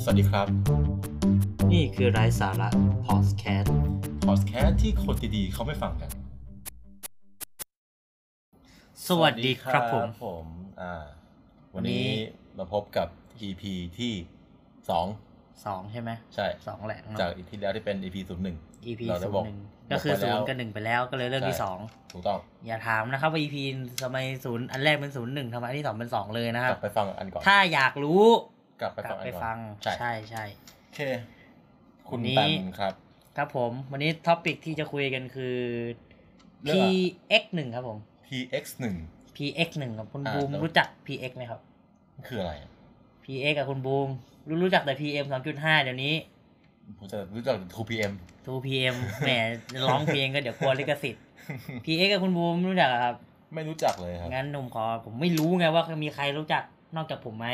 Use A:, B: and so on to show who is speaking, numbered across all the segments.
A: สวัสดีครับ
B: นี่คือไร้สาระพอดแคสต์
A: พอดแคสต์ที่คนดีๆเขาไม่ฟังกัน
B: สวัสดีครับผม
A: ผมอ่าวันนี้มาพบกับ EP ที่สอง
B: สองใช่ไหม
A: ใช่
B: สองแหละเนอะ
A: จาก EP ที่แล้วที่เป็น EP ศูนย์หนึ่ง
B: EP
A: เรา
B: ศู
A: ได้
B: น
A: บอก
B: ย์หนึ่งก็คือ
A: บอกไป
B: ศู
A: แล้ว
B: นย์กับหนึ่งไปแล้วก็เลยเรื่องที่สอง
A: ถูกต้อง
B: อย่าถามนะครับว่า EP ทำไมศูนย์อันแรกเป็นศูนย์หนึ่งทำไมอันที่สองเป็นสองเลยนะค
A: ก
B: รั
A: ลั
B: บ
A: บไปฟังอันก่อน
B: ถ้าอยากรู้
A: กลับไป
B: ก
A: ฟั
B: ลับ
A: งอัน
B: ไป
A: ก่อน
B: ฟัง
A: ใช่
B: ใช่ใช่
A: โอเค คุณ
B: วันนี้
A: แตมครับ
B: ครับผม วันนี้ท็อปิกที่จะคุยกันคือ
A: เรื่องอะไร
B: PX หนึ่งครับผม
A: PX หนึ่ง
B: PX หนึ่งกับคุณ
A: อ่า
B: บูม
A: แล้ว
B: รู้จัก PX ไหมครับ
A: คืออะไร
B: PX กับคุณบูมรู้รู้จักแต่ PM 2.5เดี๋ยวนี้
A: ผมจะรู้จัก 2PM
B: 2PM แหมร้องเพลงก็เดี๋ยวกลัวลิขสิทธิ์ PX กับคุณบูมรู้จักเหรอครับ
A: ไม่รู้จักเลยครับ
B: งั้นหนุ่มขอผมไม่รู้ไงว่ามีใครรู้จักนอกจากผมไหม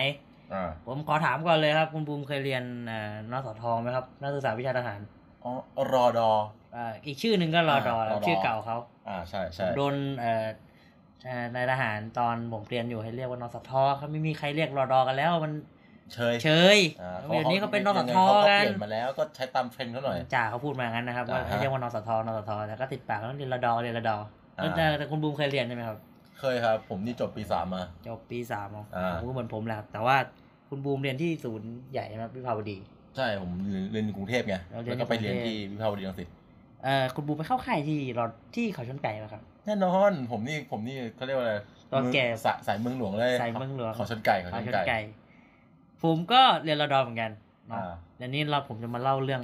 A: อ่า
B: ผมขอถามก่อนเลยครับ คุณบูมเคยเรียนเอ่อนสทไหมครับ นักศึกษาวิชาทหาร
A: อ๋อรอดอ
B: เอ่ออีกชื่อหนึ่งก็รอดอ
A: อ่ารอดอ
B: ชื่อเก่าเขา
A: อ่าใช่
B: ผ
A: ใช่
B: มโดนเอ่อเอ่อนายทหารตอนผมเรียนอยู่ให้เรียกว่านสทเขาไม่มีใครเรียกรอดอกันแล้วมัน
A: เชย
B: เฉย
A: อ่า
B: เดี๋ยวนี้เขาเป็นนส
A: ยังไง
B: ท
A: เขาก็
B: กั
A: เป
B: น
A: ลี่ยนมาแล้วก็ใช้ตามเทรนด์เขาหน่อย
B: จ่าเขาพูดมางั้นนะครับว่า
A: อ่าฮะ
B: ให้เรียกว่านสทนสทแต่ก็ติดปากว่าเรียนรอดอเรียนรอดอแล้ว
A: อ่า
B: แต่แต่คุณบูมเคยเรียนใช่ไหมครับ
A: เคยครับ ผมนี่จบปีสามมา
B: จบปีสามเหรอ
A: อ่า
B: ผมก็เหมือนผมแหละครับแต่ว่าคุณบูมเรียนที่ศูนย์ใหญ่นะครับวิภาวดี
A: ใช่ผมเรียนกรุงเทพไง
B: เราเรียน
A: แล้วก็ไปเรียนที่วิภาวดีรังสิต
B: เอ่อคุณบูมไปเข้าค่ายที่รอที่เขาชนไก่ป่ะครับ
A: แน่นอนผมนี่ผมนี่เขาเรียกว่าอะไร
B: รถแก่
A: มือสายสายเมืองหลวงเลย
B: สายเมืองหลวง
A: ขอชนไก่ขอ
B: เขา
A: ช
B: ช
A: น
B: น
A: ไก่
B: ไก่ผมก็เรียนรอดอเหมือนกันเนาะ
A: อ่า
B: เดี๋ยวนี้เราผมจะมาเล่าเรื่อง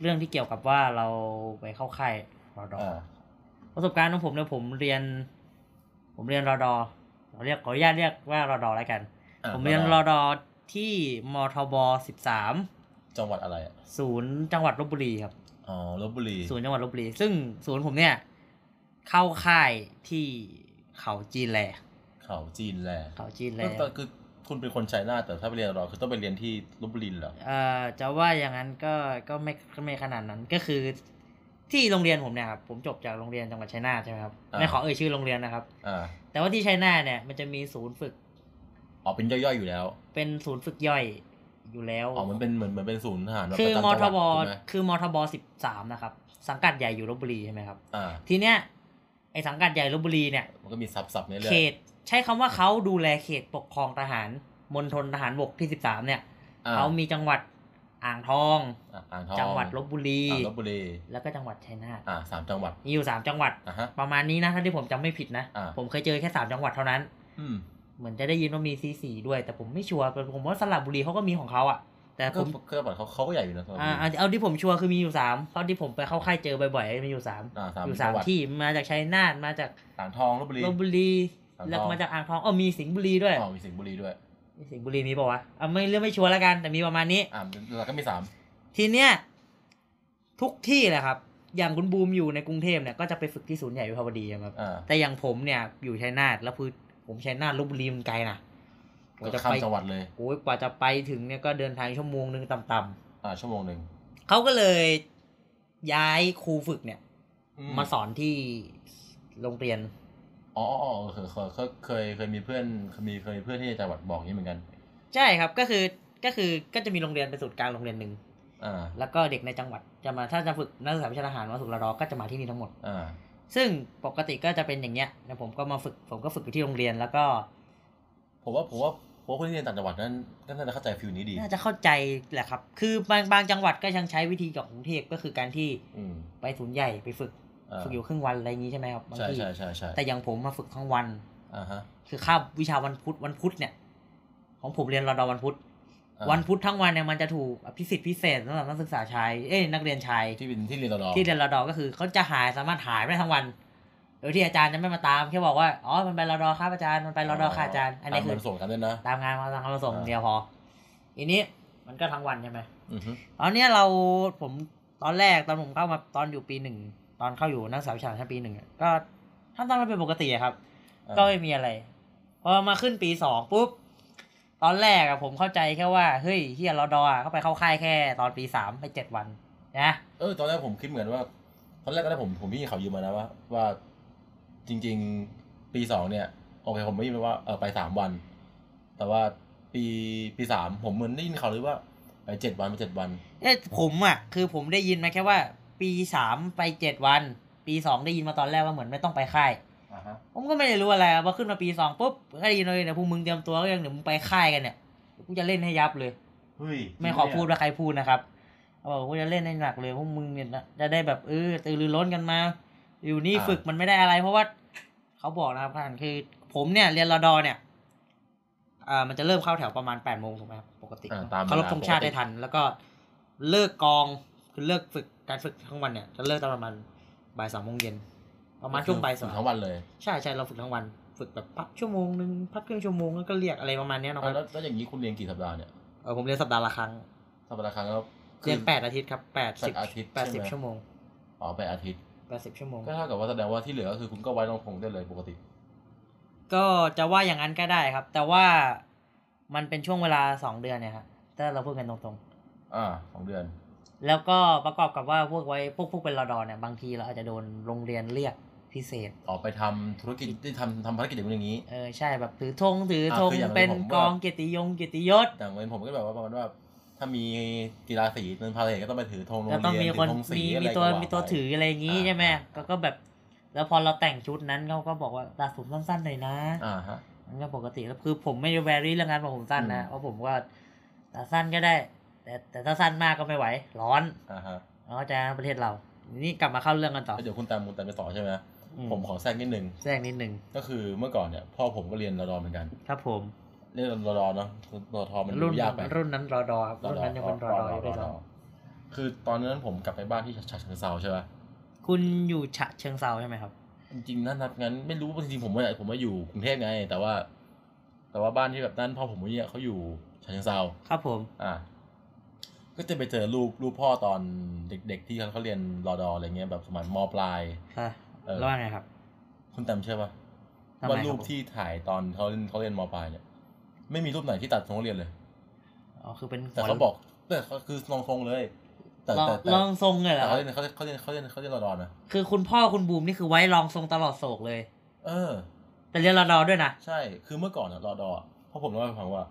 B: เรื่องที่เกี่ยวกับว่าเราไปเข้าค่ายรอดอ
A: อ่า
B: ประสบการณ์ของผมเนี่ยผมเรียน ผมเรียนรอดอเราเรียกขออนุญาตเรียกว่ารอดอแล้วกัน
A: อ่ะ
B: ผมเรียนรอดอที่มทบสิบสาม
A: จังหวัดอะไรอ่ะ
B: ศูนย์จังหวัดลบบุรีครับ
A: อ๋อลบบุรี
B: ศูนย์จังหวัดลบบุรีซึ่งศูนย์ผมเนี่ย เข้าค่ายที่เขาจีนแล
A: เขาจีนแล
B: เขาจีนแล
A: ก็แต่คือคุณเป็นคนชัยนาทแต่ถ้าไปเรียนรอคือต้องไปเรียนที่ลบบุรีเหรอ
B: เอ่อจะว่าอย่างนั้นก็ก็ไม่ก็ไม่ขนาดนั้นก็คือ ที่โรงเรียนผมเนี่ยครับผมจบจากโรงเรียนจังหวัดชัยนาทใช่ไหมครับไม่ขอเอ่ยชื่อโรงเรียนนะครับ
A: อ่า
B: แต่ว่าที่ชัยนาทเนี่ยมันจะมีศูนย์ฝึก
A: อ๋อเป็นย่อยๆอยู่แล้ว
B: เป็นศูนย์ฝึกย่อยอยู่แล้ว
A: อ๋อมันเป็นเหมือนเหมือนเป็นศูนย์ทหารแบบ
B: คือ
A: ประจำจัง
B: ม
A: ห
B: ท
A: วัดถ
B: บ
A: ูกไหม
B: คือมทบสิบสามนะครับ สังกัดใหญ่อยู่ลบบุรีใช่ไหมครับ
A: อ่า
B: ทีเนี้ยไอสังกัดใหญ่ลบบุรีเนี่ย
A: มันก็มีซับๆเนี่ยเลย
B: เขตใช้คำว่าเขาดูแลเขตปกครองทหารมณฑลทหารบกที่ 13 เนี่ย
A: อ่า
B: เขามีจังหวัดอ่างทอง
A: อ่ะอ่างทอง
B: จังหวัดลบบุรี
A: อ่าลบบุรี
B: แล้วก็จังหวัดชัยนาท
A: อ่าสามจังหวัด
B: มีอยู่ 3 จังหวัด
A: อ่ะฮะ
B: ประมาณนี้นะถ้าที่ผมจำไม่ผิดนะ
A: อ่า
B: ผมเคยเจอแค่ 3 จังหวัดเท่านั้น
A: อืม
B: เหมือนจะได้ยินว่ามีซีสีด้วย แต่ผมไม่ชัวร์แต่ผมว่าสระบุรีเขาก็มีของเขาอ่ะ แต่ผ
A: ก็
B: ม
A: ก็จังหวัดเขาเขาก็ใหญ่อยู่นะสำหรับ
B: อ่าเอาเอาที่ผมชัวร์คือมีอยู่สามเพราะที่ผมไปเข้าค่ายเจอบ่อยๆมีอยู่สาม
A: อ่าสาม
B: อยู่
A: จั
B: สาง ม
A: หวัด
B: ที่มาจากชัยนาทมาจาก
A: อ่างทองลบบุรี
B: ลบบุรี
A: อ่างทอง
B: แล้วก็มาจากอ่างทองเออมีสิงห์บุรีด้วย
A: อ๋อมีสิงห์บุรีด้วย
B: สิงห์บุรีมีป่าวะอ่ะไม่เรื่องไม่ชัวร์แล้วกัน แต่มีประมาณนี้
A: อ่าเราก็มีสาม
B: ทีเนี้ยทุกที่แหละครับ อย่างคุณบูมอยู่ในกรุงเทพเนี่ยก็จะไปฝึกที่ศูนย์ใหญ่วิภาวดีครับ
A: อ่า
B: แต่อย่างผมเนี่ยอยู่ชัยนาทแล้วคือผมชัยนาทลบบุรีมันไกลนะกว่า
A: ก็
B: จะ
A: ข้าม
B: ไป
A: จังหวัดเลย
B: โอ้ยกว่าจะไปถึงเนี่ยก็เดินทางชั่วโมงหนึงต่ำ
A: อ่าชั่วโมงหนึ่ง
B: ๆเขาก็เลยย้ายครูฝึกเนี่ย
A: อื
B: มาสอนที่โรงเรียน
A: อ๋ออ๋ออ๋อเคยเคยเคยเคยเคยมีเพื่อนเคยมีเคยมีเพื่อนที่จังหวัดบอกอย่างนี้เหมือนกัน
B: ใช่ครับก็คือก็คือก็จะมีโรงเรียนเป็นศูนย์กลางโรงเรียนหนึ่ง
A: อ่า
B: แล้วก็เด็กในจังหวัดจะมาถ้าจะฝึกนักศึกษาวิชาทหารมาสุรดอก็จะมาที่นี่ทั้งหมด
A: อ่า
B: ซึ่งปกติก็จะเป็นอย่างเงี้ยนะผมก็มาฝึก ผมก็ฝึกอยู่ที่โรงเรียนแล้วก็
A: ผมว่าผมว่าผมว่าคนที่เรียนต่างจังหวัดนั้นก็น่าจะเข้าใจฟิลนี้ดี
B: น่าจะเข้าใจแหละครับ คือบางบางจังหวัดก็ยังใช้วิธีของกรุงเทพก็คือการที่
A: อืม
B: ไปศูนย์ใหญ่ไปฝึก
A: อ่า
B: ฝึกอยู่ครึ่งวันอะไรอย่างงี้ใช่ไหมครับบาง
A: ใช่
B: ที่
A: ใช่ใช่ใช่
B: แต่อย่างผมมาฝึกทั้งวัน
A: อ่าฮะ
B: คือข้าบวิชาวันพุธวันพุธเนี่ย ของผมเรียนรอดอวันพุธ
A: อ่า
B: วันพุธทั้งวันเนี่ยมันจะถูกอภิสิทธิ์พิเศษสำหรับนักศึกษาชายเอ้ยนักเรียนชาย
A: ที่เป็นที่เรียนตลอด
B: ที่เรียนรอดอก็คือเขาจะหายสามารถหายไปได้ทั้งวันโดยที่อาจารย์จะไม่มาตามแค่บอกว่าอ๋อมันไปรอดอครับอาจารย์มันไปรอดอค่ะอาจารย์อันนี้คือ
A: ตามมันส่งกันด้วยนะ
B: ตามงานมาตามงานมาส่ง
A: อ่า
B: เดียวพอ อีนี้มันก็ทั้งวันใช่ไหม
A: อือฮึ
B: ตอนเนี้ยเราผมตอนแรกตอนผมเข้ามาตอนอยู่ปีหนึ่งตอนเข้าอยู่นักศึกษาวิชาชั้นปีหนึ่งอะก็ทำตามเราเป็นปกติอะครับ
A: อ่า
B: ก็ไม่มีอะไร พอมาขึ้นปีสองปุ๊บ ตอนแรกอะผมเข้าใจแค่ว่าเฮ้ยเฮียเราดออะเข้าไปเข้าค่ายแค่ ตอนปีสามไปเจ็ดวันนะ
A: เออตอนแรกผมคิดเหมือนว่า ตอนแรกก็ได้ผมผมพี่เขายืมมานะว่าว่าจริง ๆ ปีสองเนี่ยโอเคผมไม่ยืมว่าเออไปสามวัน แต่ว่า ปีปีสามผมเหมือนได้ยินข่าวเลยว่า ไปเจ็ดวันไปเจ็ดวัน
B: เอ้ยผมอ่ะคือผมได้ยินมาแค่ว่า ปีสามไปเจ็ดวัน ปีสองได้ยินมาตอนแรกว่าเหมือนไม่ต้องไปค่าย
A: อ่าฮะ
B: ผมก็ไม่ได้รู้อะไรพอขึ้นมาปีสองปุ๊บก็ได้ยินเลยเนี่ยพวกมึงเตรียมตัวก็ยังเดี๋ยวมึงไปค่ายกันเนี่ยกูจะเล่นให้ยับเลย
A: เฮ้ย
B: ไม่ขอพูดว่าใครพูดนะครับเขาบอกว่าจะเล่นให้หนักเลยพวกมึงเนี่ยนะจะได้แบบเออตื่นรือร้นกันมา อยู่นี่ฝึกมันไม่ได้อะไร เพราะว่าเขาบอกนะครับท่านคือ ผมเนี่ยเรียนรอดอเนี่ยอ่ามันจะเริ่มเข้าแถวประมาณแปดโมงถูกไหมครับปกติ
A: อ่าตามเวลา
B: เคารพธงชาติ
A: ปกติ
B: ได้ทัน แล้วก็เลิกกองคือเลิกฝึกการฝึกทั้งวันเนี่ยจะเลิกตอนประมาณบ่ายสามโมงเย็นประมาณช่วงบ่ายสอง
A: ทั้งวันเลย
B: ใช่ใช่เราฝึกทั้งวัน ฝึกแบบพักชั่วโมงหนึ่งพักครึ่งชั่วโมงแล้วก็เรียกอะไรประมาณเนี้ยเนาะค
A: อ่ะ
B: รับ
A: แล้วแล้วอย่างนี้คุณเรียนกี่สัปดาห์เนี่ย
B: เออผมเรียนสัปดาห์ละครั้ง
A: สัปดาห์ละครั้งแล้ว
B: เรียน
A: คือ
B: แปดอาทิตย์ครับแปดสิบ
A: แปดอาทิตย์
B: แปดสิบ
A: ใช่ไหม
B: ชั่วโมง
A: อ๋อแปดอาทิตย์
B: แปดสิบชั่วโมง
A: ก็เท่ากับว่าแสดงว่าที่เหลือก็คือคุณก็ไว้รองพงได้เลยปกติ
B: ก็จะว่าอย่างนั้นก็ได้ครับ แต่ว่ามันเป็นช่วงเวลาสองเดือนเนี่ยครับถ้าเราพูดกันตรง
A: อ่าสองเดือน
B: ๆ แล้วก็ประกอบกับว่าพวกไว้พวกพวกเป็นรอดอเนี่ยบางทีเราอาจจะโดนโรงเรียนเรียกพิเศษ
A: ออกไปทำธุรกิจที่ทำทำภารกิจอย่างนี้
B: เออใช่แบบถือธงถือธง
A: อ่ะคืออย่างนั้น
B: เป็น
A: ผมว่า
B: กองเกียรติยงเกียรติยศ
A: อย่างเว้นผมก็แบบว่าประมาณว่า ถ้ามีกีฬาสีเป็นพาเลทก็ต้องไปถือธงโรงเรียน
B: ก็ต้องมีคน
A: ถืธงสี
B: มี
A: อะไร
B: มีตัว
A: ก็าไป
B: มีตัวถืออะไรอย่างงี้
A: อ่า
B: ใช่ไหม
A: อ่า
B: ก็ก็แบบ แล้วพอเราแต่งชุดนั้นเขาก็บอกว่าตัดผมสั้นๆหน่อยนะ
A: อ่าฮะ
B: มันก็ปกติแล้วคือผมไม่ได้แวรี่เรื่องการตัดผมสั้นนะ
A: อืม
B: เพราะผมว่าตัดสั้นก็ได้ แต่แต่ถ้าสั้นมากก็ไม่ไหว ร้อน
A: อ่าฮะ
B: เราก็จะประเทศเรา นี่กลับมาเข้าเรื่องกันต่อ
A: แล้วเดี๋ยวคุณตามคุณตามไปต่อใช่ไหม
B: อื
A: ผมขอแทรกนิดนึง
B: แทรกนิดหนึ่ง
A: ก็คือเมื่อก่อนเนี่ยพ่อผมก็เรียนรอดอเหมือนกัน
B: ครับผม
A: เรียนรอดอเนาะคือรอทอมัน
B: รุ่น
A: ดูยากไป
B: รุ่นนั้นรอดอครับ
A: รอด
B: รุ่น
A: อ
B: นั้นยังเป็นรอดออยู่ด้วยซ้
A: คือตอนนั้นผมกลับไปบ้านที่ฉะเชิงเซาใช่ไหม
B: ำคุณอยู่ฉะเชิงเซาใช่ไหมครับ
A: จริงๆนั่นนัดงั้นไม่รู้ว่าจริงๆผมว่าผมว่าอยู่กรุงเทพไง แต่ว่า แต่ว่าบ้านที่แบบนั่นพ่อผมเนี่ยเขาอยู่ฉะเชิงเซา
B: ครับผม
A: อ่ะก็จะไปเจอรูปรูปพ่อตอนเด็ก ๆ ที่เขาเขาเรียนรอดออะไรเงี้ยแบบสมัยมปลาย
B: ค่ะ
A: เออ
B: แล้วว่าไงครับ
A: คุณจำเชื่อปะ
B: ทำไม
A: ว่า
B: ค
A: รู
B: รับ
A: ป
B: ผม
A: ที่ถ่ายตอนเขาเรียนเขาเรียนมปลายเนี่ยไม่มีรูปไหนที่ตัดทรงเรียนเลย
B: อ๋อคือเป็น
A: แต่
B: หัว
A: เขาบอกแต่เขาคือทรงทรงๆเลย แต่
B: ลอง
A: แต่แต่
B: ลองทรงเลยเหร
A: แต่
B: อ
A: เขาเรียนเขาเรียนเขาเรียนเขาเรียนเขาเรียนรอดอนะ
B: คือคุณพ่อคุณบูมนี่คือไว้ลองทรงตลอดโศกเลย
A: เออ
B: แต่เรียนรอดอด้วยนะ
A: ใช่คือเมื่อก่อนอะรอดอเพราะผมเล่าให้ฟังว่า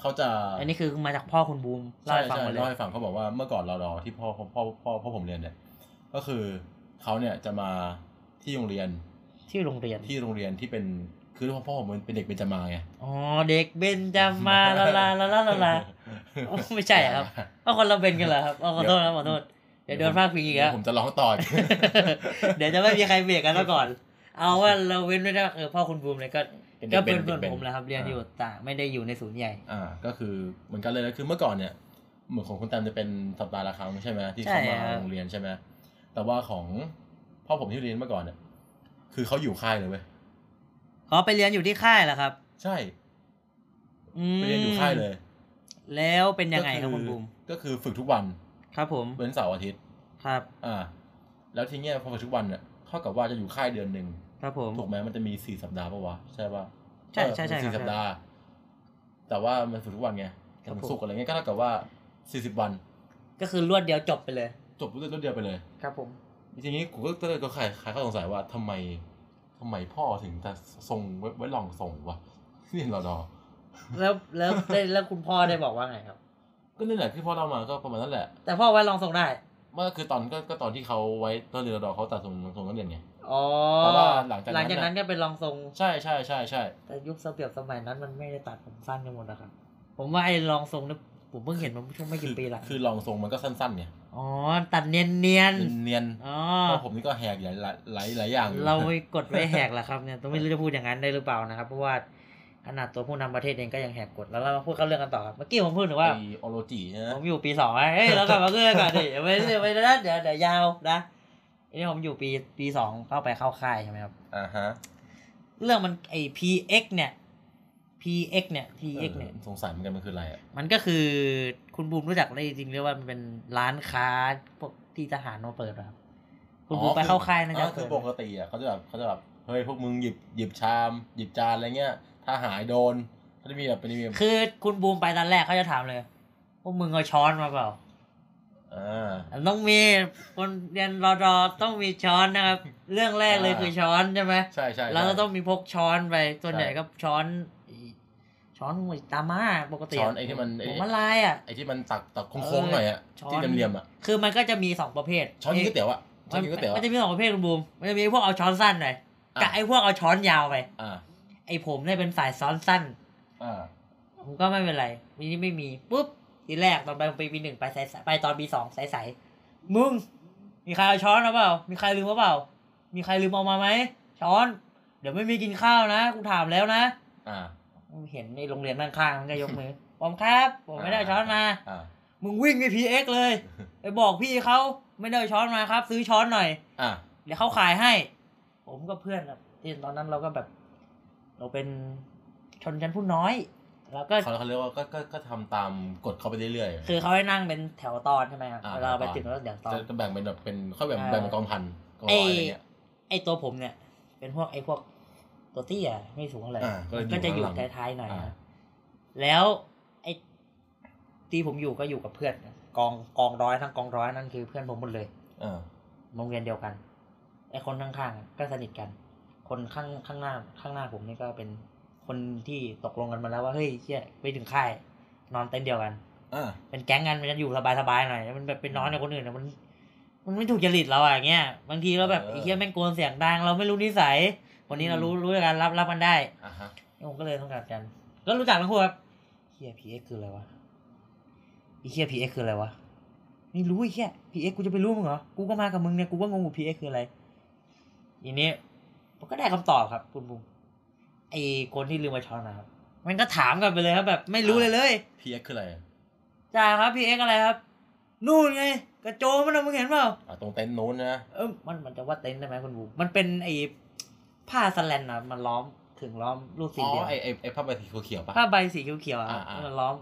A: เขาจะ
B: อันนี้คือมาจากพ่อคุณบูมเล่า
A: ใช่
B: ให้ฟัง
A: ใช่
B: หมดเล
A: เล่าย ให้ฟังเขาบอกว่าเมื่อก่อนรอดอที่พ่อพ่อพ่อพ่อพ่อผมเรียนเนี่ย ก็คือเขาเนี่ยจะมาที่โรงเรียน
B: ที่โรงเรียน
A: ที่โรงเรียนที่เป็นคือพ่อพ่อผมมันเป็นเด็กเบญจมาไง
B: อ๋อเด็กเบนจะมาละลาละลาละ ลา โอ้ไม่ใช่อะครับ ก็คนละเบนกันเหรอครับเอาขอโทษครับขอโทษ เดี๋ยวโดนพาดพิงอีก
A: เดี๋ย
B: แล้ว ว
A: ผมจะร้องต่ออีก
B: เดี๋ยวจะไม่มีใครเบรกกันแล้วก่อน เอาว่าเราเว้นไม่ได้เออพ่อคุณบูมเนี่ยก็ ก็เป็นเพื่อนผมแหละครับ เรียนอยู่ต่างไม่ได้อยู่ในศูนย์ใหญ่
A: อ่า ก็คือเหมือนกันเลยนะคือเมื่อก่อนเนี่ย เหมือนของคุณแตมจะเป็นสัปดาห์ละครั้งใช่ไหมที่
B: ใช่
A: เข้ามา
B: ครับ
A: โรงเรียนใช่ไหมแต่ว่าของพ่อผมที่เรียนเมื่อก่อนเนี่ย คือเขาอยู่ค่ายเลยเว้ย
B: ขอไปเรียนอยู่ที่ค่ายเหรอครับ
A: ใช่
B: อืม
A: ไปเรียนอยู่ค่ายเลย
B: แล้วเป็นยังไงครับคุณบูม
A: ก็คือฝึกทุกวัน
B: ครับผม
A: เว้นเสาร์อาทิตย์
B: ครับ
A: อ่า แล้วทีเนี้ยพอฝึกทุกวันเนี่ยเท่ากับว่าจะอยู่ค่ายเดือนหนึ่ง
B: ครับผม
A: ถูกไหมมันจะมีสี่สัปดาห์ปะวะ ใช่ปะ
B: ใช่ใช่ใช่
A: เออมัน
B: ครั
A: สี่
B: บ
A: สัปดาห์ แต่ว่ามันฝึกทุกวันไง
B: ค
A: ถึ
B: รับ
A: ง
B: ผม
A: สุกร์อะไรเงี้ยก็เท่ากับว่าสี่สิบวัน
B: ก็คือรวดเดียวจบไปเลย
A: จบรวดเดียวไปเลย
B: ครับผม
A: ทีนี้กูก็เลยก็ขายขายข้อสงสัยว่าทำไมทำไมพ่อถึงจะส่งไว้ไว้ลองส่งวะเรียนรอดอ
B: แล้วแล้วได้แล้วคุณพ่อได้บอกว่าไงครับ
A: ก็นั่นแหละที่พ่อเรามาก็ประมาณนั้นแหละ
B: แต่พ่อไว้ลองส่งได้
A: มันก็คือตอนก็ก็ตอนที่เขาไว้ตอนเรียนรอดอเขาตัดส่งส่งนักเรียนไง
B: อ๋อ
A: เพราะว่าหลังจากนั้น
B: นั้นก็เป็นลองทรง
A: ใช่ใช่ใช่ใช่
B: แต่ยุคเสเปียบสมัยนั้นมันไม่ได้ตัดผมสั้นกันหมดนะครับผมว่าไอ้ลองทรงเนี่ยผมเพิ่งเห็นมันช่วงไม่กี่ปีหลัง
A: คือลองส่งมันก็สั้นๆไง
B: อ๋อตัดเนียนเนียน
A: เนียน
B: ๆอ๋อ
A: ๆพ่อผมนี่ก็แหกหลายหลายหลายอย่างอยู่
B: เราไปกดไว้แหกแล้วครับเนี่ยต้องไม่รู้จะพูดอย่างนั้นได้หรือเปล่านะครับเพราะว่าขนาดตัวผู้นำประเทศเองก็ยังแหกกฎแล้วเรามาพูดเข้าเรื่องกันต่อครับเมื่อกี้ผมพูดถึงว่า
A: ไอโอโรจินะ
B: ผมอยู่ปีสองอะเฮ้ยเรากลับมาเรื่อยก่อนดิเดี๋ยวไม่เดี๋ยวไม่นะเดี๋ยวเดี๋ยวยาวนะอันนี้ผมอยู่ปีปีสองเข้าไปเข้าค่ายใช่ไหมครับ
A: อ่าฮะ
B: เรื่องมันไอ้ PX เนี่ย PX เนี่ย PX เนี่ย
A: สงสัยเหมือนกันมันคืออะไรอ่ะ
B: มันก็คือคุณบูมรู้จักได้จริงๆเรียกว่ามันเป็นร้านค้าพวกที่ทหารมาเปิดอะครับ คุณบูมไปเข้าค่ายนะจ๊ะ
A: อ๋อคือปกติอ่ะเขาจะแบบเขาจะแบบเฮ้ยพวกมึงหยิบหยิบชามหยิบจานอะไรเงี้ย ถ้าหายโดนเขาจะมีแบบเป็นมีแบบ
B: คือคุณบูมไปตอนแรกเขาจะถามเลย พวกมึงเอาช้อนมาเปล่า
A: อ่า
B: ต้องมีคนเรียนรอดอต้องมีช้อนนะครับ เรื่องแรกเลย
A: อ่า
B: คือช้อนใช่ไหม
A: ใช่ใช่
B: แล้วเรา
A: ใช่
B: ต้องมีพกช้อนไปส่วน
A: ใช่
B: ใหญ่ก็ช้อน ช้อนหวยตาม่าปกติ
A: ช้อนไอ้ที่มันไอ้
B: ผมละลายอ่ะ
A: ไอ้ที่มันตักตักโค้งๆหน่อยอะ
B: ช้อน
A: ที่เหลี่ยมๆอะ
B: คือมันก็จะมีสองประเภท
A: ช้อนกินก๋วยเตี๋ยวอะช้อนกินก๋วยเตี๋ยว
B: มัน
A: อะ
B: จะมีสองประเภทคุณบูมมันจะมีพวกเอาช้อนสั้นหน่อย
A: อ่ะ
B: กับไอ้พวกเอาช้อนยาวไป
A: อ่า
B: ไอ้ผมเนี่ยเป็นฝ่ายช้อนสั้น
A: อ่า
B: ผมก็ไม่เป็นไรมีนี่ไม่มีปุ๊บทีแรกตอนไปปีปีหนึ่งไปใสๆไปตอนปีสองใสๆมึง มีใครเอาช้อนหรือเปล่า มีใครลืมหรือเปล่า มีใครลืมเอามาไหมช้อน เดี๋ยวไม่มีกินข้าวนะกูถามแล้วนะ
A: อ่า
B: เห็นในโรงเรียนข้างๆมันก็ยกมือ ผมครับ ผมไม่ได้เอาช้อนมา
A: อ่า
B: มึงวิ่งไปพีเอ็ก เลยไปบอกพี่เขาไม่ได้เอาช้อนมาครับ ซื้อช้อนหน่อย
A: อ่า
B: เดี๋ยวเขาขายให้ ผมกับเพื่อนแบบที่ตอนนั้นเราก็แบบ เราเป็นชนชั้นผู้น้อยเราก็
A: เขาเขาเรียกว่าก็ก็ก็ทำตามกฎเข้าไปเรื่อยๆ
B: คือเขาให้นั่งเป็นแถวตอนใช่ไหมครับ
A: อ่า
B: เวลาเราไป
A: ตอน
B: ถึงแล้วเดี๋ยวตอน
A: จะจะแบ่งเป็นแบบเป็นเขาแบ่ง
B: อ่า
A: แบ่งเป็นกองพันกอง
B: ไอ
A: ร้อยอะไรเงี้ย
B: ไอตัวผมเนี่ย เป็นพวกไอพวกตัวเตี้ยไม่สูงอะไร
A: อ่าก็เลย
B: ก็จะอ
A: อยู่
B: ยู่
A: ข้างหลัง
B: ท้ายๆหน่อย
A: อ่า
B: นะแล้วไอที่ผมอยู่ก็อยู่กับเพื่อนนะกองกองร้อยทั้งกองร้อยนั่นคือเพื่อนผมหมดเลย
A: เออ
B: โรงเรียนเดียวกันไอคนข้างๆก็สนิทกัน คนข้างข้างหน้าข้างหน้าผมนี่ก็เป็นคนที่ตกลงกันมาแล้วว่าเฮ้ยเชี่ยไปถึงค่ายนอนเต็นท์เดียวกัน
A: อ่า
B: เป็นแก๊งกันมันจะอยู่สบายๆหน่อยแล้วมันแบบเป็นน้อยกว่าคนอื่นอะมัน มันไม่ถูกจริตเราอะอย่างเงี้ยบางทีเราแบบไอ้เหี้ยแม่งโกนเสียงดังเราไม่รู้นิสัยวันนี้เรารู้รู้ด้วยกันรับรับมันได้
A: อ่าฮะ
B: ผมก็เลยต้องการกันก็รู้จักทั้งคู่ครับเฮียพีเอ็กคืออะไรวะไอ้เฮียพีเอ็กคืออะไรวะไม่รู้ไอ้เฮียพีเอ็กกูจะไปรู้มึงเหรอกูก็มากับมึงเนี่ยกูก็งงว่าพีเอ็กคืออะไรทีนี้ผมก็ได้คำตอบครับคุณบุ้งไอ้คนที่ลืมมาช้อนนะครับมันก็ถามกลันไปเลยครับแบบไม่รู้เลยเลย
A: พีเอ็กคืออะไร
B: จ่าครับพี่เอ็กอะไรครับ นู่นไง กระโจมมันนะมึงเห็นเปล่า
A: อ่าตรงเต็นท์โน้นนะ
B: เออมันมันจะว่าเต็นท์ได้ไหมคุณบูมมันเป็นไอ้ผ้าสแลนน่ะ มันล้อมถึงล้อมลูกสี
A: อ๋
B: เหลือ
A: อง ไอไอไอผ้าใบสีเขียวๆปะ
B: ผ้าใบสีเขียวๆอะครับ
A: อ่าๆ
B: มันล้อม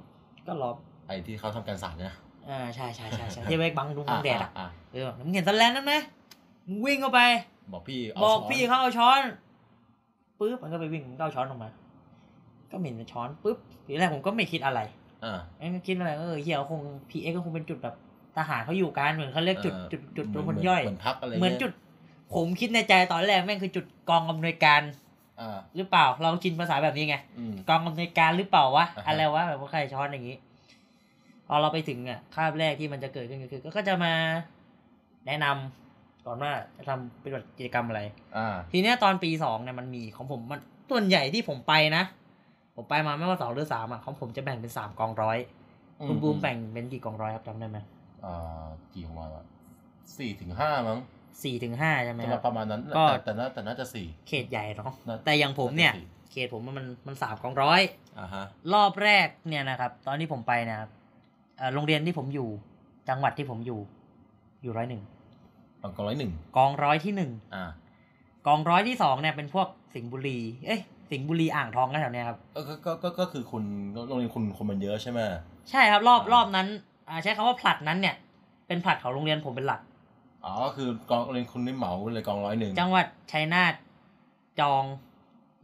B: ก็ล้อม
A: ไอที่เขาทำการสาดนะ
B: อ่าใช่ใช่ใช่ใช่ที่ไว้บังดุงบังแดดอ่ะ
A: อ่า
B: เออมึงเห็นสแลนนั้นไหมมึงวิ่งเข้าไป
A: บอกพี่เา
B: บอก
A: ช้น
B: พี่เขาเอาช้อนปุ๊บมันก็ไปวิ่งมันก็เอาช้อนออกมา ก็เหม็นเป็นช้อนปุ๊บทีแรกผมก็ไม่คิดอะไร
A: อ่า
B: ไอ้มันคิดอะไรเออเฮียคงพีเอ็กก็คงเป็นจุดแบบทหารเขาอยู่กันเหมือนเขาเรียกจุด
A: เออ
B: จุดจุดตัว
A: เห
B: ค
A: มื
B: น
A: อ
B: ย่อย
A: เหมือนพักอะไร
B: เหมือน
A: งี้ย
B: จุด ผมคิดในใจตอนแรกแม่งคือจุดกองอำนวยการ
A: อ่า
B: หรือเปล่า เราชินภาษาแบบนี้ไง
A: อืม
B: กองอำนวยการหรือเปล่าวะ
A: อ่าฮะ
B: อะไรวะแบบว่าใครช้อนอย่างนี้พอเราไปถึงอ่ะคาบแรกที่มันจะเกิดขึ้นก็คือก็ก็จะมาแนะนำก่อนว่าจะทำเป็นกิจกรรมอะไร
A: อ่า
B: ทีเนี้ยตอนปีสองเนี่ยมันมีของผมมันส่วนใหญ่ที่ผมไปนะ ผมไปมาไม่ว่าสองหรือสามอ่ะของผมจะแบ่งเป็นสามกองร้อย คุณบูมแบ่งเป็นกี่กองร้อยครับจำได้ไหม
A: อ่ากี่ของมันวะสี่ถึงห้ามั้ง
B: สี่ถึงห้าใช่ไหม
A: จะมา
B: ครับ
A: ประมาณนั้น
B: ก็
A: แต่แต่น่าแต่น่าจะสี่
B: เขตใหญ่เนาะ
A: น่า
B: แต่อย่างผมเนี่ย
A: าจะสี่
B: เขตผมมันมันสามกองร้อย
A: อ่าฮะ
B: รอบแรกเนี่ยนะครับ ตอนที่ผมไปนะครับเอ่อโรงเรียนที่ผมอยู่ จังหวัดที่ผมอยู่ อยู่ร้อยหนึ่ง
A: ฝั่งกองร้อยหนึ่ง
B: กองร้อยที่หนึ่ง
A: อ่าก
B: องร้อยที่สองเนี่ยเป็นพวกสิงห์บุรี เอ้ยสิงห์บุรีอ่างทองกันแถวเนี้ยครับ
A: ก็ก็ก็ก็คือคุณโรงเรียนคุณคนมันเยอะใช่ไหม
B: ใช่ครับรอบ
A: อ่าร ร
B: อบนั้นอ่าใช้คำว่าผลัดนั้นเนี่ย เป็นผลัดของโรงเรียนผมเป็นหลัก
A: อ๋อคือกองโรงเรียนคุณได้เหมาเลยกองร้อยหนึ่ง
B: จังหวัดชัยนาทจอง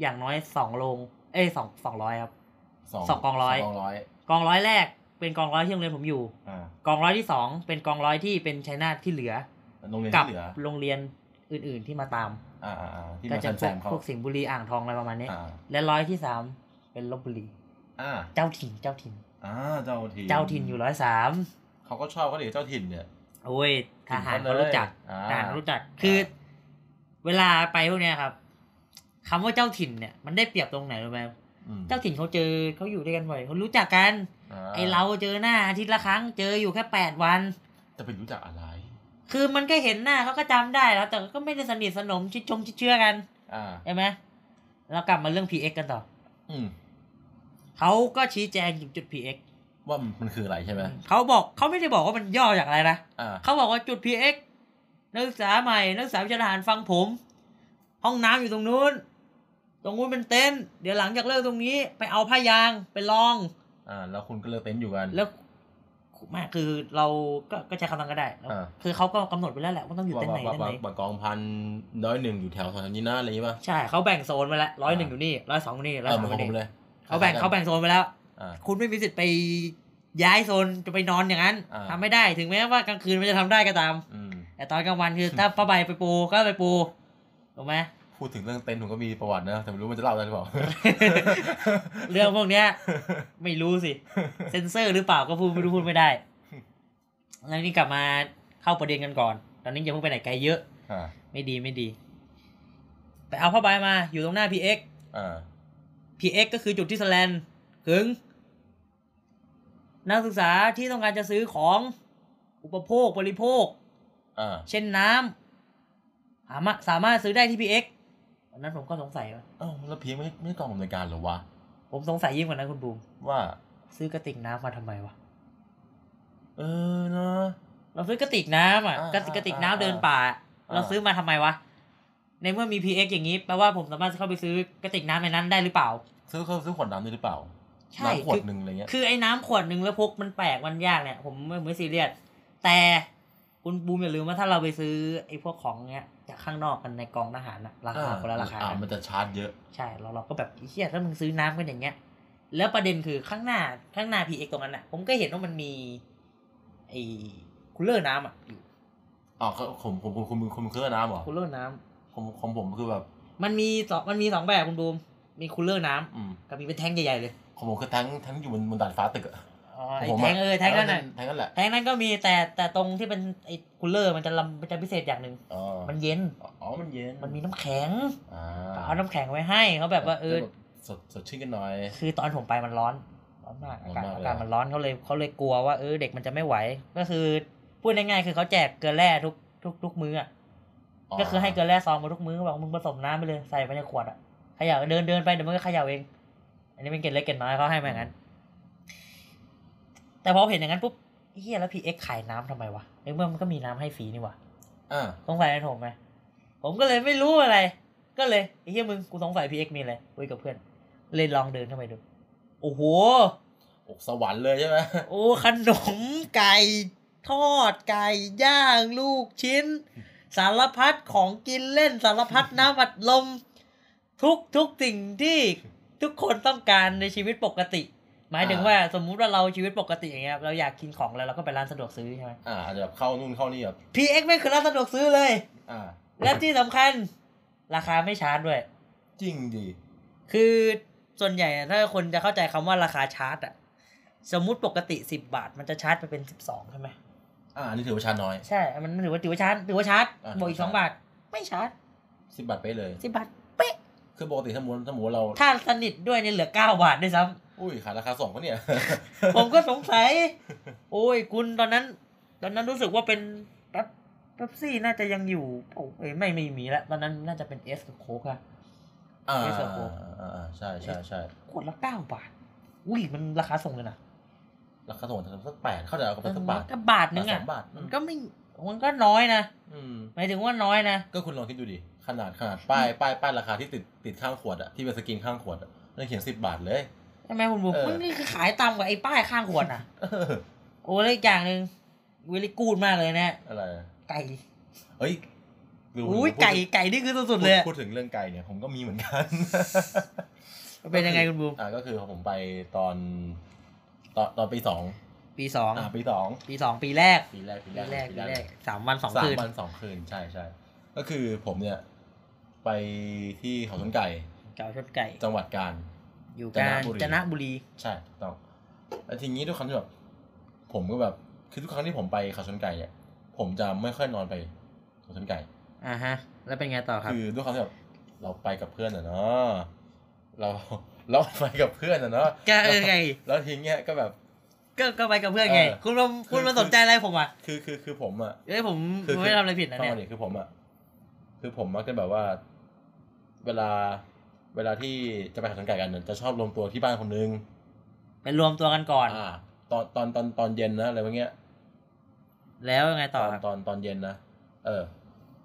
B: อย่างน้อยสองโรงเอ้ยสองสองร้อยครับ สองกองร้อย
A: สกองร้อย
B: กองร้อยแรกเป็นกองร้อยที่โรงเรียนผมอยู่
A: อ่าก
B: องร้อยที่สองเป็นกองร้อยที่เป็นชัยนาทที่เหลือ
A: โรงเรียน
B: กั
A: ที่เหลือ
B: โรงเรียนอื่นๆที่มาตาม
A: อ่าอ่าอ่าที่
B: ก็
A: มา
B: จะพ
A: แซ
B: วก
A: มเขา
B: พวกสิงห์บุรีอ่างทองอะไรประมาณนี้
A: อ่า
B: และร้อยที่สามเป็นลบบุรี
A: อ่า
B: เจ้าถิ่นเจ้าถิ่น
A: อ่าเจ้าถิ่น
B: เจ้าถิ่นอยู่ร้อยสาม
A: เขาก็ชอบเขาเดี๋ยวเจ้าถิ่นเนี่ย
B: โอ้ยทหารเขารู้จัก
A: อ่า
B: ทหารเขารู้จักคืออเวลาไปพวกเนี้ยครับคำว่าเจ้าถิ่นเนี่ยมันได้เปรียบตรงไหนรู้ไหม
A: อืม
B: เจ้าถิ่นเขาเจอเขาอยู่ด้วยกันบ่อยเขารู้จักกัน ไอเราเจอหน้าอาทิตย์ละครั้งเจออยู่แค่แปดวัน
A: จะไปรู้จักอะไร
B: คือมันก็เห็นหน้าเขาก็จำได้แล้ว แต่ก็ไม่ได้สนิทสนมชิดชงชิดเชื่อกัน
A: อ่า
B: ใช่ไหมเรากลับมาเรื่อง PX กันต่อ
A: อืม
B: เขาก็ชี้แจงถึงจุด PX
A: ว่ามันคืออะไรใช่ไหม
B: เขาบอกเขาไม่ได้บอกว่ามันย่อจากอะไรนะ
A: อ่า
B: เขาบอกว่าจุด PX นักศึกษาใหม่นักศึกษาวิชาทหารฟังผม ห้องน้ำอยู่ตรงนู้น ตรงนู้นเป็นเต็นท์เดี๋ยวหลังจากเลิกตรงนี้ไปเอาผ้ายางไปลอง
A: อ่า แล้วคุณก็เลิกเต็นท์อยู่กัน
B: แล้วไม่คือเราก็ก็ใช้คำนั้นก็ได้แล้ว
A: อ่า
B: คือเขาก็กำหนดไว้แล้วแหละว่าต้องอยู่
A: ว่า
B: เต็นท์ไหน
A: ว่า
B: เต็นท์
A: ว่า
B: ไหน
A: ว่ากองพันร้อยหนึ่งอยู่แถวแถวนี้นะอะไรอย่างงี้ป่ะ
B: ใช่เขาแบ่งโซนไว้แล้วร้อยหนึ่งอยู่นี่ร้อยสองอยู่นี่ร้อ
A: เอย อ
B: สา
A: เห
B: ม
A: มือนขอ
B: อ
A: ง
B: ยู่
A: ผม
B: นี่
A: เลย
B: เขาแบ่งเขาแบ่งโซนไว้แล้ว
A: อ่า
B: คุณไม่มีสิทธิ์ไปย้ายโซนจะไปนอนอย่างนั้น
A: อ่า
B: ทำไม่ได้ถึงแม้ว่ากลางคืนมันจะทำได้ก็ตาม
A: อืม
B: แต่ตอนกลางวันคือ ถ้าผ้าใบไปปูก็ไปปูถูกไหม
A: พูดถึงเรื่องเต็นท์ผมก็มีประวัตินะแต่ไม่รู้มันจะเล่าได้หรือเปล่า
B: เรื่องพวกเนี้ย ไม่รู้สิ เซ็นเซอร์หรือเปล่าก็พูดไม่รู้พูดไม่ได้ แล้วนี่กลับมาเข้าประเด็นกันก่อน ตอนนี้อยังเพิ่งไปไหนไกลเยอะ
A: อ่า
B: ไม่ดีไม่ดี แต่เอาผ้าใบมาอยู่ตรงหน้า PX
A: อ่า
B: PX ก็คือจุดที่สแลนถึง นักศึกษาที่ต้องการจะซื้อของอุปโภคบริโภค
A: อ่า
B: เช่นน้ำสามารถสามารถซื้อได้ที่ PX วันนั้นผมก็สงสัยว่า
A: เอ้าแล้วเพียงไม่ไม่กล่องอำนวยการเหรอวะ
B: ผมสงสัยยิ่งกว่านั้นคุณบูม
A: ว่า
B: ซื้อกระติกน้ำมาทำไมวะ
A: เออเนาะ
B: เราซื้อกระติกน้ำอ่ะ
A: อ่าก
B: ระติก
A: อ่าก
B: ระติกน้ำ
A: อ่า
B: เดินป่า
A: อ่า
B: เราซื้อมาทำไมวะ ในเมื่อมี PX อย่างนี้แปลว่าผมสามารถเข้าไปซื้อกระติกน้ำในนั้นได้หรือเปล่า
A: ซื้อเขาซื้อขวดน้ำด้วยหรือเปล่า
B: ใช่
A: น้ำขว
B: คื
A: ด
B: อ
A: หนึ่งอะไรเงี้ย
B: คือไอ้น้ำขวดหนึ่งแล้วพกมันแปลกมันยากเนี่ย ผมไม่ไม่ซีเรียสแต่คุณบูมอย่าลืมว่าถ้าเราไปซื้อไอ้พวกของเนี้ยจากข้างนอกกันในกองทหารนะราคาคนละราคา
A: อ่า
B: กั
A: มัน
B: น
A: จะชาร์จเยอะ
B: ใช่เราเราก็แบบไอ้เฮียถ้ามึงซื้อน้ำกันอย่างเงี้ย แล้วประเด็นคือข้างหน้าข้างหน้า PX ตรงนั้นอ่ะ ผมก็เห็นว่ามันมีไอ้คูลเลอร์น้ำอ่ะอยู่
A: อ๋อเขาผมผมผมคุณคุณเครื่องน้ำเหรอ
B: คูลเลอร์น้ำ
A: ของของผมคือแบบ
B: มันมีสองมันมีสองแบบคุณบูม มีคูลเลอร์น้ำ
A: อืม
B: กับมีเป็นแท้งใหญ่ ๆ เลย
A: ของผมคือทั้งทั้งอยู่บนบนดาดฟ้าตึกอะ
B: อ๋อ
A: ข
B: ไอ้
A: งผม
B: แท้งเออแท้งนั่น
A: แหละ
B: น่ะ
A: แทงนั่นแหละ
B: แท้งนั้นก็มีแต่แต่ตรงที่เป็นไอ้คูลเลอร์มันจะลำมันจะพิเศษอย่างหนึ่ง
A: อ๋อ
B: มันเย็น
A: อ๋อมันเย็น
B: มันมีน้ำแข็ง
A: อ่า
B: เอาน้ำแข็งไว้ให้เขาแบบว่าเออ
A: จะแบบสดสดชื่นกันหน่อย
B: คือตอนผมไปมันร้อนร้อนมาก
A: ร้อ
B: อา
A: น
B: กาศ
A: มากเลย
B: อากาศมันร้อนเขาเลยเขาเลยกลัวว่าเออเด็กมันจะไม่ไหว ก็คือพูดง่ายๆคือเขาแจกเกลือแร่ทุกทุกทุกมื้ออะก็คือให้เกลือแร่ซองมาทุกมื้อบอกมึงผสมน้ำไปเลยใส่ไปในขวดอะเขย่าเดินเดินไปเดี๋ยวมันก็เขย่าเอง อันนี้เป็นเกล็ดเล็กเกล็ดน้อยเขาให้มาอย่างนั้น แต่พอเห็นอย่างนั้นปุ๊บเฮียแล้วพีเอ็กขายน้ำทำไมวะในเมื่อมันก็มีน้ำให้ฟรีนี่หวะ
A: อ่า
B: สงสัยในผมไหมผมก็เลยไม่รู้อะไร ก็เลยไอ้เฮียมึงกูสงสัยพีเอ็กมีอะไรคุยกับเพื่อน เลยลองเดินเข้าไปดู โอ้โห
A: อกสวรรค์เลยใช่ไหม
B: โอ้ขนมไก่ทอดไก่ย่างลูกชิ้น สารพัดของกินเล่นสารพัดน้ำอัดลม ทุกทุกสิ่งที่ทุกคนต้องการในชีวิตปกติ หมายถึงว่าสมมุติว่าเราชีวิตปกติอย่างเงี้ยเราอยากกินของแล้วเราก็ไปร้านสะดวกซื้อใช่ไหม
A: อ่าอาจจะแบบเข้านู่นเข้านี่แบบ
B: PX ไม่คือร้านสะดวกซื้อเลย
A: อ่า
B: และที่สำคัญ ราคาไม่ชาร์จด้วย
A: จริงดิ
B: คือส่วนใหญ่อะถ้าคนจะเข้าใจคำว่าราคาชาร์จอะสมมุติปกติ 10 บาท มันจะชาร์จไปเป็น 12ใช่ไหม
A: อ่าอันนี่ถือว่าชาน้อย
B: ใช่ มันถือว่าถือว่าชาร์จถือว่าชาร์จ
A: อ่า
B: บวกอีกสองบาท ไม่ชาร์จ
A: สิบบาทไปเลย
B: สิบบาท เป๊ะ
A: คือปกติถ้าหมูถ้าหมูเรา
B: ถ้าสนิทด้วยเนี่ยเหลือเก้าบาทด้วยซ้
A: อุ้ยขายราคาส่งปะเนี่ย
B: ำ ผมก็สงสั ย โอ้ย คุณตอนนั้น ตอนนั้นรู้สึกว่าเป็นแป๊บแป๊บซี่น่าจะยังอยู่โอ้ยไม่ไม่มีแล้ว ตอนนั้นน่าจะเป็นเอสกับโค้กอะ
A: อ่า
B: ไม่ส่งผม
A: อ่าอ่าใช่ใช่ใช่
B: ขวดละเก้าบาท อุ้ย มันราคาส่งเลยนะ
A: ราคาส่งสักแปดเข้าใจเอาไปสักบาท
B: ก็บาทนึง
A: ส
B: อะ
A: องบาท
B: มันก็ไม่ มันก็น้อยนะ
A: อืม
B: หมายถึงว่าน้อยนะ
A: ก็คุณลองคิดดูดิ ขนาดขนาดป้ายป้ายป้ายราคาที่ติดติดข้างขวดอะที่เป็นสกรีนข้างขวดอะนั่นเขียนสิบบาทเลย
B: ใช่ไหมคุณบุ๊ค
A: เออ
B: มันนี่คือขายต่ำกว่าไอ้ป้ายข้างขวด อะ
A: เออ
B: โอ้แล้วอีกอย่างหนึ่งวิลลี่กูดมากเลยนะ
A: อะไร
B: ไก่
A: เฮ้ยดู
B: อุ้ย
A: ดู
B: ไก่ไก่นี่คือ
A: พู
B: สุ
A: ด
B: ดๆเลยอะ
A: พูดถึงเรื่องไก่เนี่ยผมก็มีเหมือนกัน
B: เป็นยังไงคุณบูม
A: อ่าก็คือผมไปตอน ตอนตอนปีสอง
B: ปีสอง
A: อ่าปีสอง
B: ปีสองปีแรก
A: ปีแรกปี
B: ปี
A: แรก
B: แรก
A: ปี
B: ปี
A: แร
B: แร
A: ก
B: กสามวันสอง
A: สาม
B: คืน
A: วันสองคืนใช่ใช่ก็คือผมเนี่ย ไปที่เขาชนไก่
B: เก่าชนไก่
A: จังหวัดกาญ
B: อยู่กาญ
A: จ
B: จ
A: น
B: น
A: บุ
B: บุ
A: รี
B: รี
A: ใช่ถูกต้องแล้วทีนี้ทุกครั้งที่แบบผมก็แบบคือทุกครั้งที่ผมไปเขาชนไก่เนี่ย ผมจะไม่ค่อยนอนไปเขาชนไก่
B: อ่าฮะ แล้วเป็นไงต่อครับ
A: คือด้วยความที่แบบเราไปกับเพื่อนอะเนาะเรา เราไปกับเพื่อนอะเนาะ
B: ก็เออไง
A: แล้วทีเนี้ยก็แบบ
B: ก็ก็ไปกับเพื่อนไง
A: เออ
B: คุณมา
A: คือ
B: คุณมาสนใจอะไรผมอ่ะ
A: คือคือคือผมอะ
B: เอ้ยผม
A: คือ
B: ผม
A: คื
B: ไม่
A: อ
B: ทำอะไรผิดนะ
A: ฟังก่อนดิ
B: เนี่ย
A: คือผมอะคือผมมักจะแบบว่า เวลาเวลาที่จะไปขัดสังกัดกันเนี่ยจะชอบรวมตัวที่บ้านคนนึง
B: ไปรวมตัวกันก่อน
A: อ่า ตอนตอนตอนตอนเย็นนะอะไรพวกเงี้ย
B: แล้วยังไง
A: ต
B: ต่อ
A: อน
B: ครับ
A: ตอนตอนเย็นนะเออ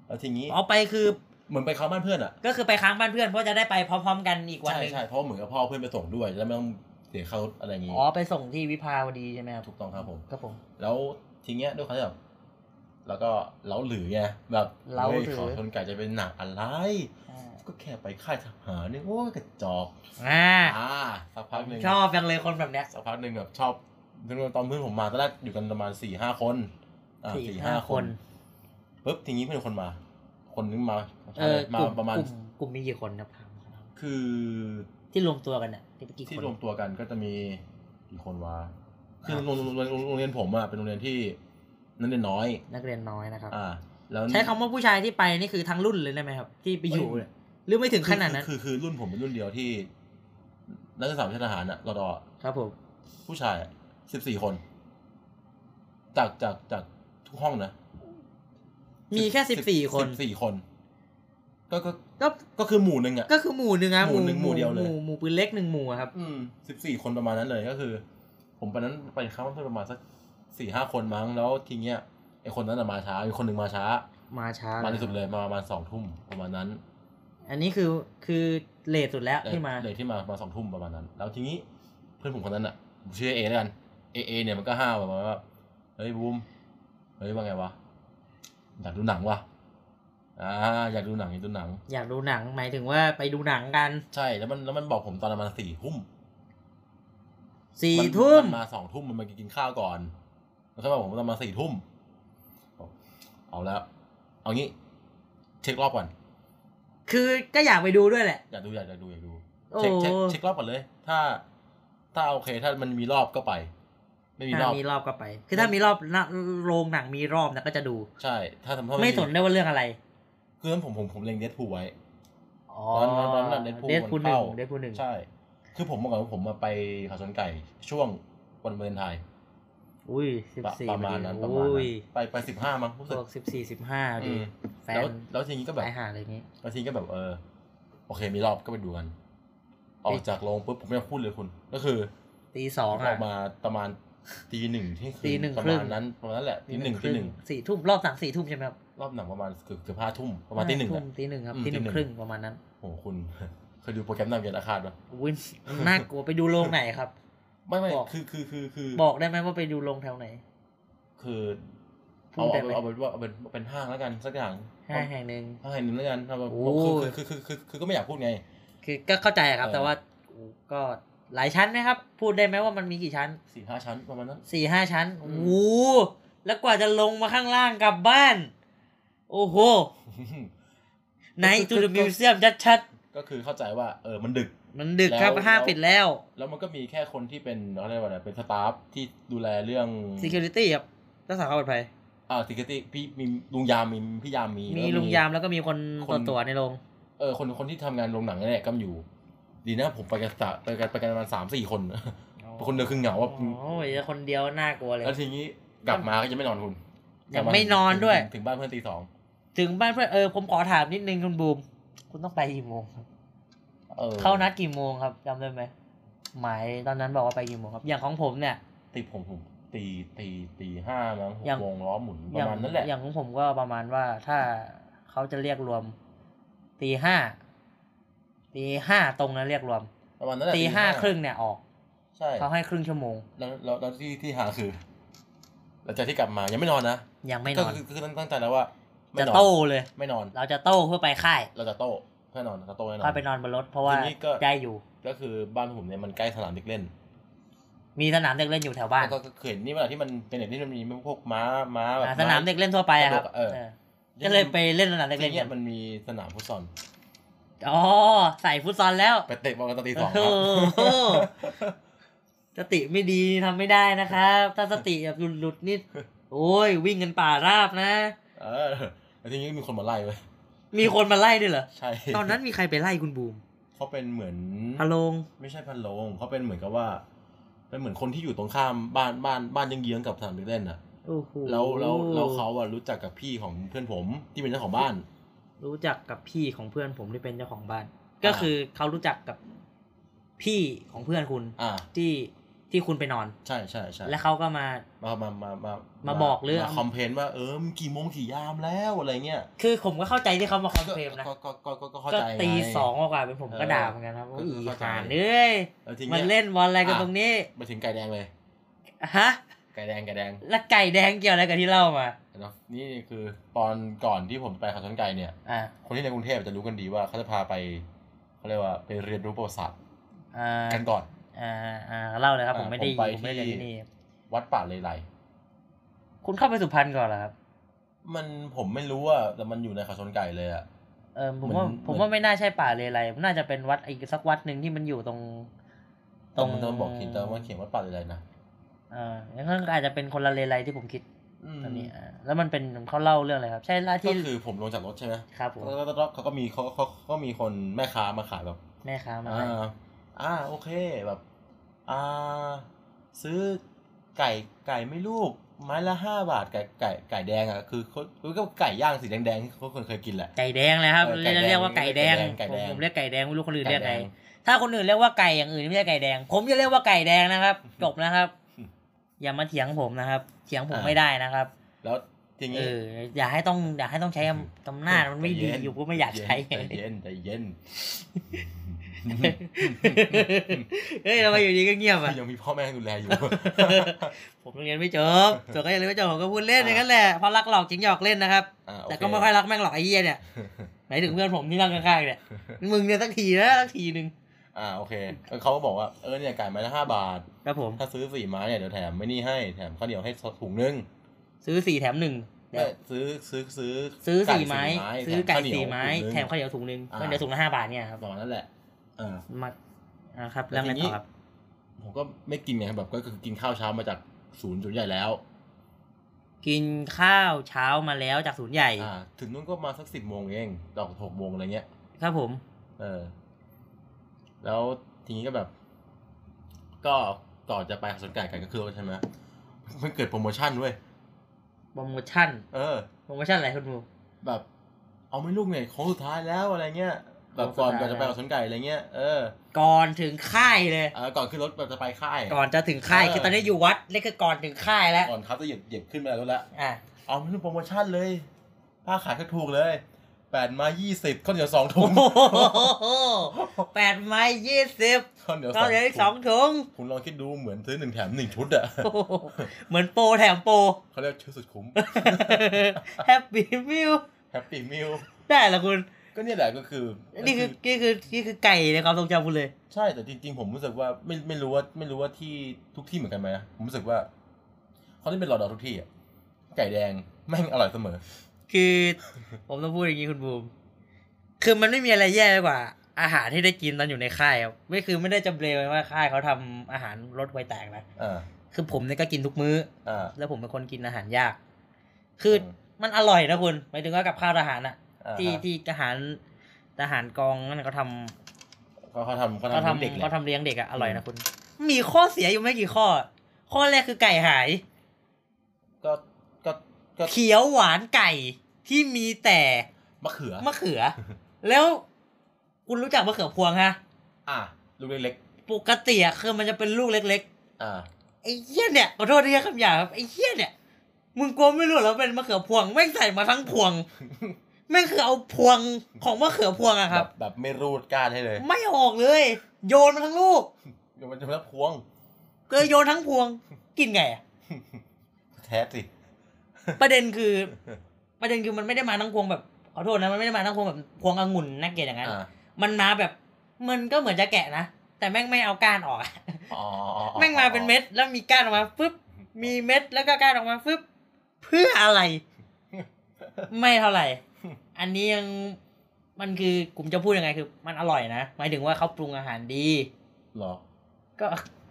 A: แล้วทีนี้
B: อ๋อไปคือ
A: เหมือนไปเข้าบ้านเพื่อนอะ
B: ก็คือไปค้างบ้านเพื่อนเพราะจะได้ไปพร้อม ๆ กันอีกวัน
A: ใช่
B: หนึ่ง
A: ใช่เพราะเหมือนกับพ่อเพื่อนไปส่งด้วยแล้วไม่ต้องเสียเขาอะไรอย่างงี้
B: อ๋อไปส่งที่วิภาวดีใช่ไหมครับ
A: ถูกต้องครับผม
B: ครับผม
A: แล้วทีเนี้ยด้วยความที่แบบแล้วก็เล้าหลือไงแบบ
B: เล้าหลือ
A: ฮ้ยขอชนไก่จะเป็นหนักอะไร
B: อ่า
A: ก็แค่ไปค่ายทหารเนี่ยโอ้ยกระจอก
B: อ่า
A: อ่าสักพักหนึ่ง
B: ชอบจังเลยคนแบบเนี้ย
A: สักพักหนึ่งแบบชอบตอนเพื่อนผมมาตอนแรกอยู่กันประมาณสี่ห้าคนอ่า
B: สี่
A: สี่
B: ห้า
A: ห้า
B: ค
A: คน นปุ๊บทีนี้เพื่อนคนมา คนนึงมา
B: เออ
A: มาก
B: ลุ่
A: ประมาณ
B: กลุ่ กลุ่มมีกี่คนครับ
A: คือ
B: ที่รวมตัวกันเนี่ยที่ไปกี่
A: ที่
B: คน
A: รวมตัวกันก็จะมีกี่คนวะคือโรงโรงโรงโรงเรียนผมอะเป็นโรงเรียนที่นักเรียนน้อย
B: นักเรียนน้อยนะครับ
A: อ่า แล้ว
B: ใช้คำว่าผู้ชายที่ไปนี่คือทั้งรุ่นเลยได้ไหมครับ ที่ไปอยู่เนี่ยหรือไม่ถึงขนาดนั้น
A: คือคือคือรุ่นผมเป็นรุ่นเดียวที่ นักศึกษาวิชาทหารอะรอดอ
B: ครับผม
A: ผู้ชายสิบสี่คน จากจากจากทุกห้องนะ
B: มีแค่สิบสี่คน
A: สิบสี่คน ก็ก็
B: ก็
A: ก็คือหมู่หนึ่งอะ
B: ก็คือหมู่หนึ่งอะ
A: หมู่หนึ่งหมู่เดียวเลย
B: หมู่หมู่ปืนเล็กหนึ่งหมู่อะครับ
A: อืมสิบสี่คนประมาณนั้นเลยก็คือ ผมไปนั้นไปครั้งนั้นประมาณสักสี่ห้าคนมั้งแล้วทีเนี้ยไอคนนั้นน่ะมาช้าอีกคนหนึ่งมาช้า
B: มาช้า
A: มาที่สุดเลยมาประมาณสองทุ่มประมาณนั้น
B: อันนี้คือคือเลทสุดแล้วที่มา
A: เลยที่มามาสองทุ่มประมาณนั้น แล้วทีนี้เพื่อนผมคนนั้นอ่ะผมชื่อเอแล้วกันเอเอเนี่ยมันก็ห้าวแบบว่าเฮ้ยบูมเฮ้ยว่าไงวะอยากดูหนังวะอ่าอยากดูหนังอยากดูหนัง
B: อยากดูหนังหมายถึงว่าไปดูหนังกัน
A: ใช่แล้วมันแล้วมันบอกผมตอนประมาณสี่ทุ่ม
B: สี่
A: น
B: ทุ่ม
A: นมาสองทุ่มมันมากินข้าวก่อน แล้วเขาบอกผมตอนมาสี่ทุ่มบอกเอาแล้ว เอางี้ เช็ครอบก่อน
B: คือก็อยากไปดูด้วยแหละ
A: อยากดูอยากอยากดูอยากดู
B: โอ้
A: เช็คเช็คเช็ครอบก่อนเลย ถ้า ถ้าโอเค ถ้ามันมีรอบก็ไป ไม่มีร
B: ถ้า
A: อบ
B: มีรอบก็ไป คือถ้ามีรอบนะโรงหนังมีรอบนะก็จะดู
A: ใช่ ถ้าทำถ้า
B: ไม่สนได้ว่าเรื่องอะไร
A: คือนั้นผมผมผมเล็งเดทพูไว้
B: อ๋อ
A: ตอนนั้นตอนนั้น Deadpool
B: เดทพู
A: มัน
B: หนึ่
A: เข้า
B: งเดทพูหนึ่ง
A: ใช่ คือผมบอกก่อนว่าผมมาไปเขาชนไก่ช่วงวันวาเลนไทน์
B: อุ้ยสิบสี่
A: ประมาณนั้นประมาณ
B: อุ้
A: นั้
B: ย
A: นไปไปสิบห้ามั้งรู้สึก
B: พวกสิบสี่สิบห้า
A: อื
B: ดิ
A: ม
B: แฟน
A: แล้วแล้วทีนี้ก็แบบ
B: สายหาอะไรอย่างงี้
A: แล้วทีนี้ก็แบบเออโอเคมีรอบก็ไปดูกัน ออกจากโรงปุ๊บผมไม่ต้องพูดเลยคุณ ก็คือ
B: ตีสอ
A: อง อ
B: อ่ะ
A: กมาประมาณตีหนึ่งเที่ยงคื
B: ตีหนึ่ง
A: ประ
B: ครึ่
A: มาง ณนั้นประมาณนั้นแหละตีหนึ่งตีหนึ่ง
B: สี่ทุ่มรอบสามสี่ทุ่มใช่ไหมครับ
A: รอบหนังประมาณเกือบเกือบห้าทุ่มประมาณตีหนึ่ง
B: ทุ่
A: อะ
B: มตีหนึ่งครับ
A: อืม
B: ตีหนึ่ง
A: ตีหนึ่ง
B: ครึ่งประมาณนั้น
A: โอ้โหคุณ เคยดูโปรแกรมนำเกียรติอาคาตปะ
B: อุ้ยน่ากลัวไปดูโรงไหนครับ
A: ไม่ไม่
B: บอก
A: คือคือคือคือ
B: บอกได้ไหมว่าไปดูโรงแถวไหน
A: คือ
B: พู
A: เอา
B: ดได้
A: เอา
B: ไหม
A: เอาเป็นว่าเอาเป็นเป็นห้างแล้วกันสักอย่าง
B: ห้างแห่งหนึ่ง
A: ห้างแห่งหนึ่งแล้วกันเอาแบบ
B: โอ้
A: คือคือคือคือคือคือก็ไม่อยากพูดไง
B: คือก็เข้าใจครับ
A: เออ
B: แต่ว่าก็หลายชั้นไหมครับ พูดได้ไหมว่ามันมีกี่ชั้น
A: สี่ห้าชั้นประมาณนั้น
B: สี่ห้าชั้น
A: อื
B: โอ้
A: ม
B: โหแล้วกว่าจะลงมาข้างล่างกลับบ้าน โอ้โหไหนตูดมิวเซียมชัด
A: ก็คือเข้าใจว่าเออมันดึก
B: ๆมันดึกครับ
A: แล้ว
B: ห้าง
A: แล้ว
B: ปิดแล้ว
A: แล้วมันก็มีแค่คนที่เป็นเขาเรียกว่าอะไรเป็นสตาฟที่ดูแลเรื่อง
B: security ครับรักษาความปลอดภัย
A: อ่าสิกตี้พี่มีลุงยามมีพี่ยามมี
B: มี
A: แว
B: ลุงยามแล้วก็มีคน
A: คน
B: ตรวจตัวในโรง
A: เออคนคนที่ทำงานโรงหนังนี่นแหละก็อยู่ ดีนะผมไปกันสามไปกันไปกันประมาณสามสี่คน คนเดียวคือเหงาอ่ะ
B: โอ้ยแล้วคนเดียวน่ากลัวเลย
A: แล้วทีนี้กลับมาก็ยังไม่นอนคุณ
B: ยังไม่นอนด้วย
A: ถึงถึงบ้านเพื่อนตีสอง
B: ถึงบ้านเพื่อนเออผมขอถามนิดนึงคุณบูม คุณต้องไปกี่โมงครับ
A: ออ
B: เข้านัดกี่โมงครับจำได้ไหมหมายตอนนั้นบอกว่าไปกี่โมงครับ อย่างของผมเนี่ย
A: ตีผมผมตีตีตีห้ามั้งหก
B: อย่าง
A: โมงล้อหมุนป
B: อย่า
A: ระ
B: ง
A: มาณนั้นแหละ
B: อย่างของผมก็ประมาณว่าถ้าเขาจะเรียกรวมตีห้าตีห้าตรงนั้นเรียกรวม
A: ประมาณนั้นแหละ
B: ตีห้าครึ่งเนี่ยออก
A: ใช่
B: เขาให้ครึ่งชั่วโมง
A: แล้วแล้วแล้วที่ที่หาคือหลังจากที่กลับมายังไม่นอนนะ
B: ยังไม่น
A: ก็
B: อน
A: คือคือตั้งตั้งใจแล้วว่าไม่
B: จะ
A: นอน
B: โต้เลย
A: ไม่นอน
B: เราจะโต้เพื่อไปค่าย
A: เราจะโต้แน่นอนเราจะโต้แน่นอน
B: ก็ไปนอนบนรถเพราะว่า
A: ทีนี้ก็
B: ได้อยู่
A: ก็คือบ้านผมเนี่ยมันใกล้สนามเด็กเล่น
B: มีสนามเด็กเล่นอยู่แถวบ้าน
A: แล้วก็ก็เห็นนี่เวลาที่มันเป็นเด็กที่มันมีพวกม้าม้าแบบ
B: อ่าสนามเด็กเล่นทั่วไปอะครับ
A: เออ
B: เออก็เลยไปเล่นสนามเด็กเล่น
A: ทีเนี่
B: กั
A: ย
B: น
A: มันมีสนามฟุตซอล
B: อ๋อใส่ฟุตซอลแล้ว
A: ไปเตะบอลกันตอนตีสองค
B: โอ้
A: รับ
B: โห สติไม่ดีทำไม่ได้นะครับ ถ้าสติแบบหลุดๆ นิด โอ้ย วิ่งกันป่าราบนะ
A: เออแล้วทีนี้มีคนมาไล่เว้ย
B: มีคนมาไล่ด้วยเหรอ
A: ใช่
B: ตอนนั้นมีใครไปไล่คุณบูม
A: เขาเป็นเหมือน
B: พะโลง
A: ไม่ใช่พันโลงเขาเป็นเหมือนกับว่า เป็นเหมือนคนที่อยู่ตรงข้ามบ้านบ้านบ้านยังเยื้องๆกับสนามเด็กเล่นอ่ะ
B: โอ้โห
A: แล้วแล้วแล้วเขาอะรู้จักกับพี่ของเพื่อนผมที่เป็นเจ้าของบ้าน
B: รู้จักกับพี่ของเพื่อนผมที่เป็นเจ้าของบ้าน ก็คือเขารู้จักกับพี่ของเพื่อนคุณ
A: อ่า
B: ที่ที่คุณไปนอน
A: ใช่ใช่ใช่
B: และเขาก็มา
A: มามามามา
B: มา
A: มา
B: บอกเรื่อง
A: มาคอมเพลนว่าเออมงกี่โมงกี่ยามแล้วอะไรเงี้ย
B: คือผมก็เข้าใจที่เขามาคอนเฟิร์มนะ
A: ก็ก็ก็ก็ก็เข้า
B: ก็
A: ใจไ
B: ตีสองกว่าๆเป็นผมก็ด่าเหมือนกันครับ
A: เออ
B: โอ้ยอี
A: เข้าใจ
B: ห่านเอ้ย
A: แล้วทีเนี้ย
B: มันเล่นบอลอะไรกันตรงนี้
A: ไปถึงไก่แดงเลย
B: ฮะ
A: ไก่แดงไก่แดง
B: แล้วไก่แดงเกี่ยวอะไรกับที่เล่ามา
A: เนาะนี่คือตอนก่อนที่ผมไปเขาชนไก่เนี่ย
B: อ่า
A: คนที่ในกรุงเทพจะรู้กันดีว่าเขาจะพาไปเขาเรียกว่าไปเรียนรู้ประวัติศาสตร์
B: อ่า
A: กันก่อน
B: อ่าอ่าเล่าเลยครับ ผม
A: อ่า
B: ไม่ได้อ
A: ผมไป
B: ยู่ผมไม่ได้
A: ที่
B: ที่นี่
A: วัดป่าเลไล
B: คุณเข้าไปสุพรรณก่อนเหรอครับ
A: มันผมไม่รู้อ่ะแต่มันอยู่ในเขาชนไก่เลยอะ
B: เออผมว่า
A: เหมือน
B: ผมว่าไม่น่าใช่ป่าเลไรน่าจะเป็นวัดอีกสักวัดหนึ่งที่มันอยู่ตรง
A: ตรงมันต้องบอกเขียนตอนว่าเขียนว่าป่าอะไรนะ
B: เออแล้วก็อาจจะเป็นคนละเลไรที่ผมคิด
A: อืม
B: ตอนนี้อ่าแล้วมันเป็นเขาเล่าเรื่องอะไรครับ ใช่ล่า
A: ก็
B: ที่
A: คือผมลงจากรถใช่ไหม
B: ครับผม
A: แล้วแล้วเขาก็มีเขาเขาก็มีคนแม่ค้ามาขายแบบ
B: แม่ค้ามา
A: อ่า อ่า โอเค แบบ อ่า ซื้อไก่ ไก่ไม่ลูก ไม้ละห้าบาท ไก่ ไก่ ไก่แดงอ่ะ คือเขาคือก็ไก่ย่างสีแดงๆที่เขาคนเคยกินแหละ
B: ไก่แดงเลยครับ
A: เออไก่
B: เรียก
A: แดง
B: เรียกว่าไก่แดง
A: ไก่
B: ผ
A: แด
B: ม
A: ง
B: ผมเรียกไก่แดงไม่รู้คนอื่นเรียก
A: แด
B: ไง
A: ง
B: ถ้าคนอื่นเรียกว่าไก่อย่างอื่นไม่ใช่ไก่แดง ผมจะเรียกว่าไก่แดง นะครับ จบนะครับ
A: อืม
B: อย่ามาเถียงผมนะครับเถียงผม
A: อ่า
B: ไม่ได้นะครับ
A: แล้วทีนี้
B: เอออย่าให้ต้องอย่าให้ต้องใช้อำอำนาจมันไม่
A: ใจ
B: ดี
A: เย็น
B: อยู่ก็ไม่อยากใช้
A: ใจเย็นใจเย็น
B: เฮ้ยทำไมอยู่ดีก็เงียบอ่ะ
A: ยังมีพ่อแม่ดูแลอยู่
B: ผมเรียนไม่จบส่วนก็ยังเรียนไม่จบผมก็พูดเล่นอย่างนั้นแหละเพราะรักหลอกจริงหยอกเล่นนะครับ
A: อ่าโเ
B: แต่ก็ไม่ค่อยรักแม่งหรอกไอ้เหี้ยเนี่ยหมายถึงเพื่อนผมที่นั่งข้างๆเนี่ย มึงเนี่ยสักทีนะสักทีหนึ่ง
A: อ่า โอเคเขาก็บอกว่า เออ เนี่ย ไก่ไม้ละห้าบาท
B: ครับผม
A: ถ้าซื้อสี่ไม้เนี่ย เดี๋ยวแถมไม่นี่ให้ แถมข้าวเหนียวให้ถุงนึง
B: ซื้อสี่แถมหนึ่งเดี๋ยว
A: ซื้อ ซื้อ ซื้อ
B: ซื้อ
A: ก่
B: สี่ไม้ ซื้อ
A: แถ
B: ไก่
A: ข้าวเหนียว
B: สี่ไม้
A: ถุงนึง
B: แถมข้าวเหนียวถุงหนึ่ง
A: อ่า
B: ข้าวเหนียวถุงละห้าบาทเนี่ยครับ
A: ประมาณนั้นแหละเออ
B: มักอ่าครับแล้วไงต่อครับ
A: ผมก็ไม่กินไงแบบก็คือกินข้าวเช้ามาจากศูนย์ศูนย์ใหญ่แล้ว
B: กินข้าวเช้ามาแล้วจากศูนย์ใหญ่
A: อ่า ถึงนู้นก็มาสักสิบโมงเองตอกหกโมงอะไรเงี้ย
B: ครับผม
A: เออ แล้วทีนี้ก็แบบ ก็ก่อนจะไปสวนไก่ไก่ก็คือใช่ไหมมันเกิดโปรโมชั่นด้วย
B: โปรโมชั่น
A: เออ
B: โปรโมชั่นอะไรคุณบู
A: แบบ เอาไม่ลูกเนี่ยของสุดท้ายแล้วอะไรเงี้ยแบบก่อนก่อนจะไปสวนไก่อะไรเงี้ยเออ
B: ก่อนถึงค่ายเลย
A: เออก่อนขึ้นรถแบบจะไปค่าย
B: ก่อนจะถึงค่าย
A: เออ
B: คือตอนนี้อยู่วัดนี่คือก่อนถึงค่ายแล้ว
A: ก่อนครับจะเหยียบเหยียบขึ้นมาแล้วละ
B: อ่ะ
A: เอาไม่รู้โปรโมชั่นเลยผ้าขายก็ถูกเลยแปดมายี่สิบข้าวเหนียวสองถุ
B: โอ้
A: ง
B: โหแปดไม้ยี่สิบ
A: ข้าวเหนียว
B: ก็เหลืออีกสองถุ ง
A: คุณลองคิดดูเหมือนซื้อหนึ่งแถมหนึ่งชุดอะ
B: โอ้โหเหมือนโปรแถมโปร
A: เขาเรียกชุดสุดคุ้ม
B: แฮปปี้มิว
A: แฮปปี้มิล
B: ได้ละคุณ
A: ก็เนี่ยแหละก็คือ
B: นี่คือนี่คือนี่คือไก่ในความทรงจำคุณเลย
A: ใช่แต่จริง ๆ ผมรู้สึกว่าไม่ไม่รู้ว่าไม่รู้ว่าที่ทุกที่เหมือนกันไหมนะผมรู้สึกว่าเขาที่เป็นรอดอทุกที่อะไก่แดงแม่งอร่อยเสมอ
B: คือ ผมต้องพูดอย่างนี้คุณบูม คือมันไม่มีอะไรแย่ไปกว่า อาหารที่ได้กินตอนอยู่ในค่ายครับไม่คือไม่ได้จำเบลยว่าค่ายเขาทำอาหารรสไวแตกนะ
A: อ่า
B: คือผมเนี่ยก็กินทุกมื้อ
A: อ่า
B: แล้วผมเป็นคนกินอาหารยาก คืออ
A: ม
B: มันอร่อยนะคุณหมายถึงว่ากับข้าวทหารอะ
A: อ่า
B: ที่
A: ฮะ
B: ที่ทหารทหารกองนั่นเขาท
A: เขาเขาทำเขา
B: ำเขา
A: ทำเด็ก
B: ทำ
A: แห
B: เขา
A: ละ
B: ทำเลี้ยงเด็กอะอร่อยนะคุณ มีข้อเสียอยู่ไม่กี่ข้อ ข้อแรกคือไก่หาย
A: ก็ก็ก็
B: เขียวหวานไก่ที่มีแต่
A: มะเขือ
B: มะเขือ แล้วคุณรู้จักมะเขือพวงฮะ
A: อ่าลูกเล็ก
B: ปกติอะคือมันจะเป็นลูกเล็ก ๆ
A: ๆอ่า
B: ไอ้เหี้ยเนี่ยขอโทษที่ใช้คำหยาบครับไอ้เหี้ยเนี่ยมึงกลัวไม่รู้เหรอเป็นมะเขือพวงแม่งใส่มาทั้งพวง แม่งคือเอาพวงของมะเขือพวงอะค
A: แบ
B: รับ
A: บแบบไม่รูดก้านให้เลย
B: ไม่ออกเลย โยนมาทั้งลูก
A: เดี๋ยวมันจะรับพวง
B: เกยโยนทั้งพวง กินไงอะ
A: แท้สิ
B: ประเด็นคือ ประเด็นคือมันไม่ได้มาทั้งพวงแบบขอโทษนะมันไม่ได้มาทั้งพวงแบบพวงองุ่นน่าเกลียดอย่างนั้น
A: อ่า
B: มันมาแบบมันก็เหมือนจะแกะนะแต่แม่งไม่เอาก้านออกอะ
A: อ๋ออ๋ออ๋อ
B: แม่งมาเป็นเม็ด แล้วมีก้านออกมาปึ๊บมีเม็ดแล้วก็ก้านออกมาปึ๊บเพื่ออะไร ไม่เท่าไหร่ อันนี้ยังมันคือผมจะพูดยังไงคือ มันอร่อยนะ หมายถึงว่าเขาปรุงอาหารดี
A: หรอ
B: ก็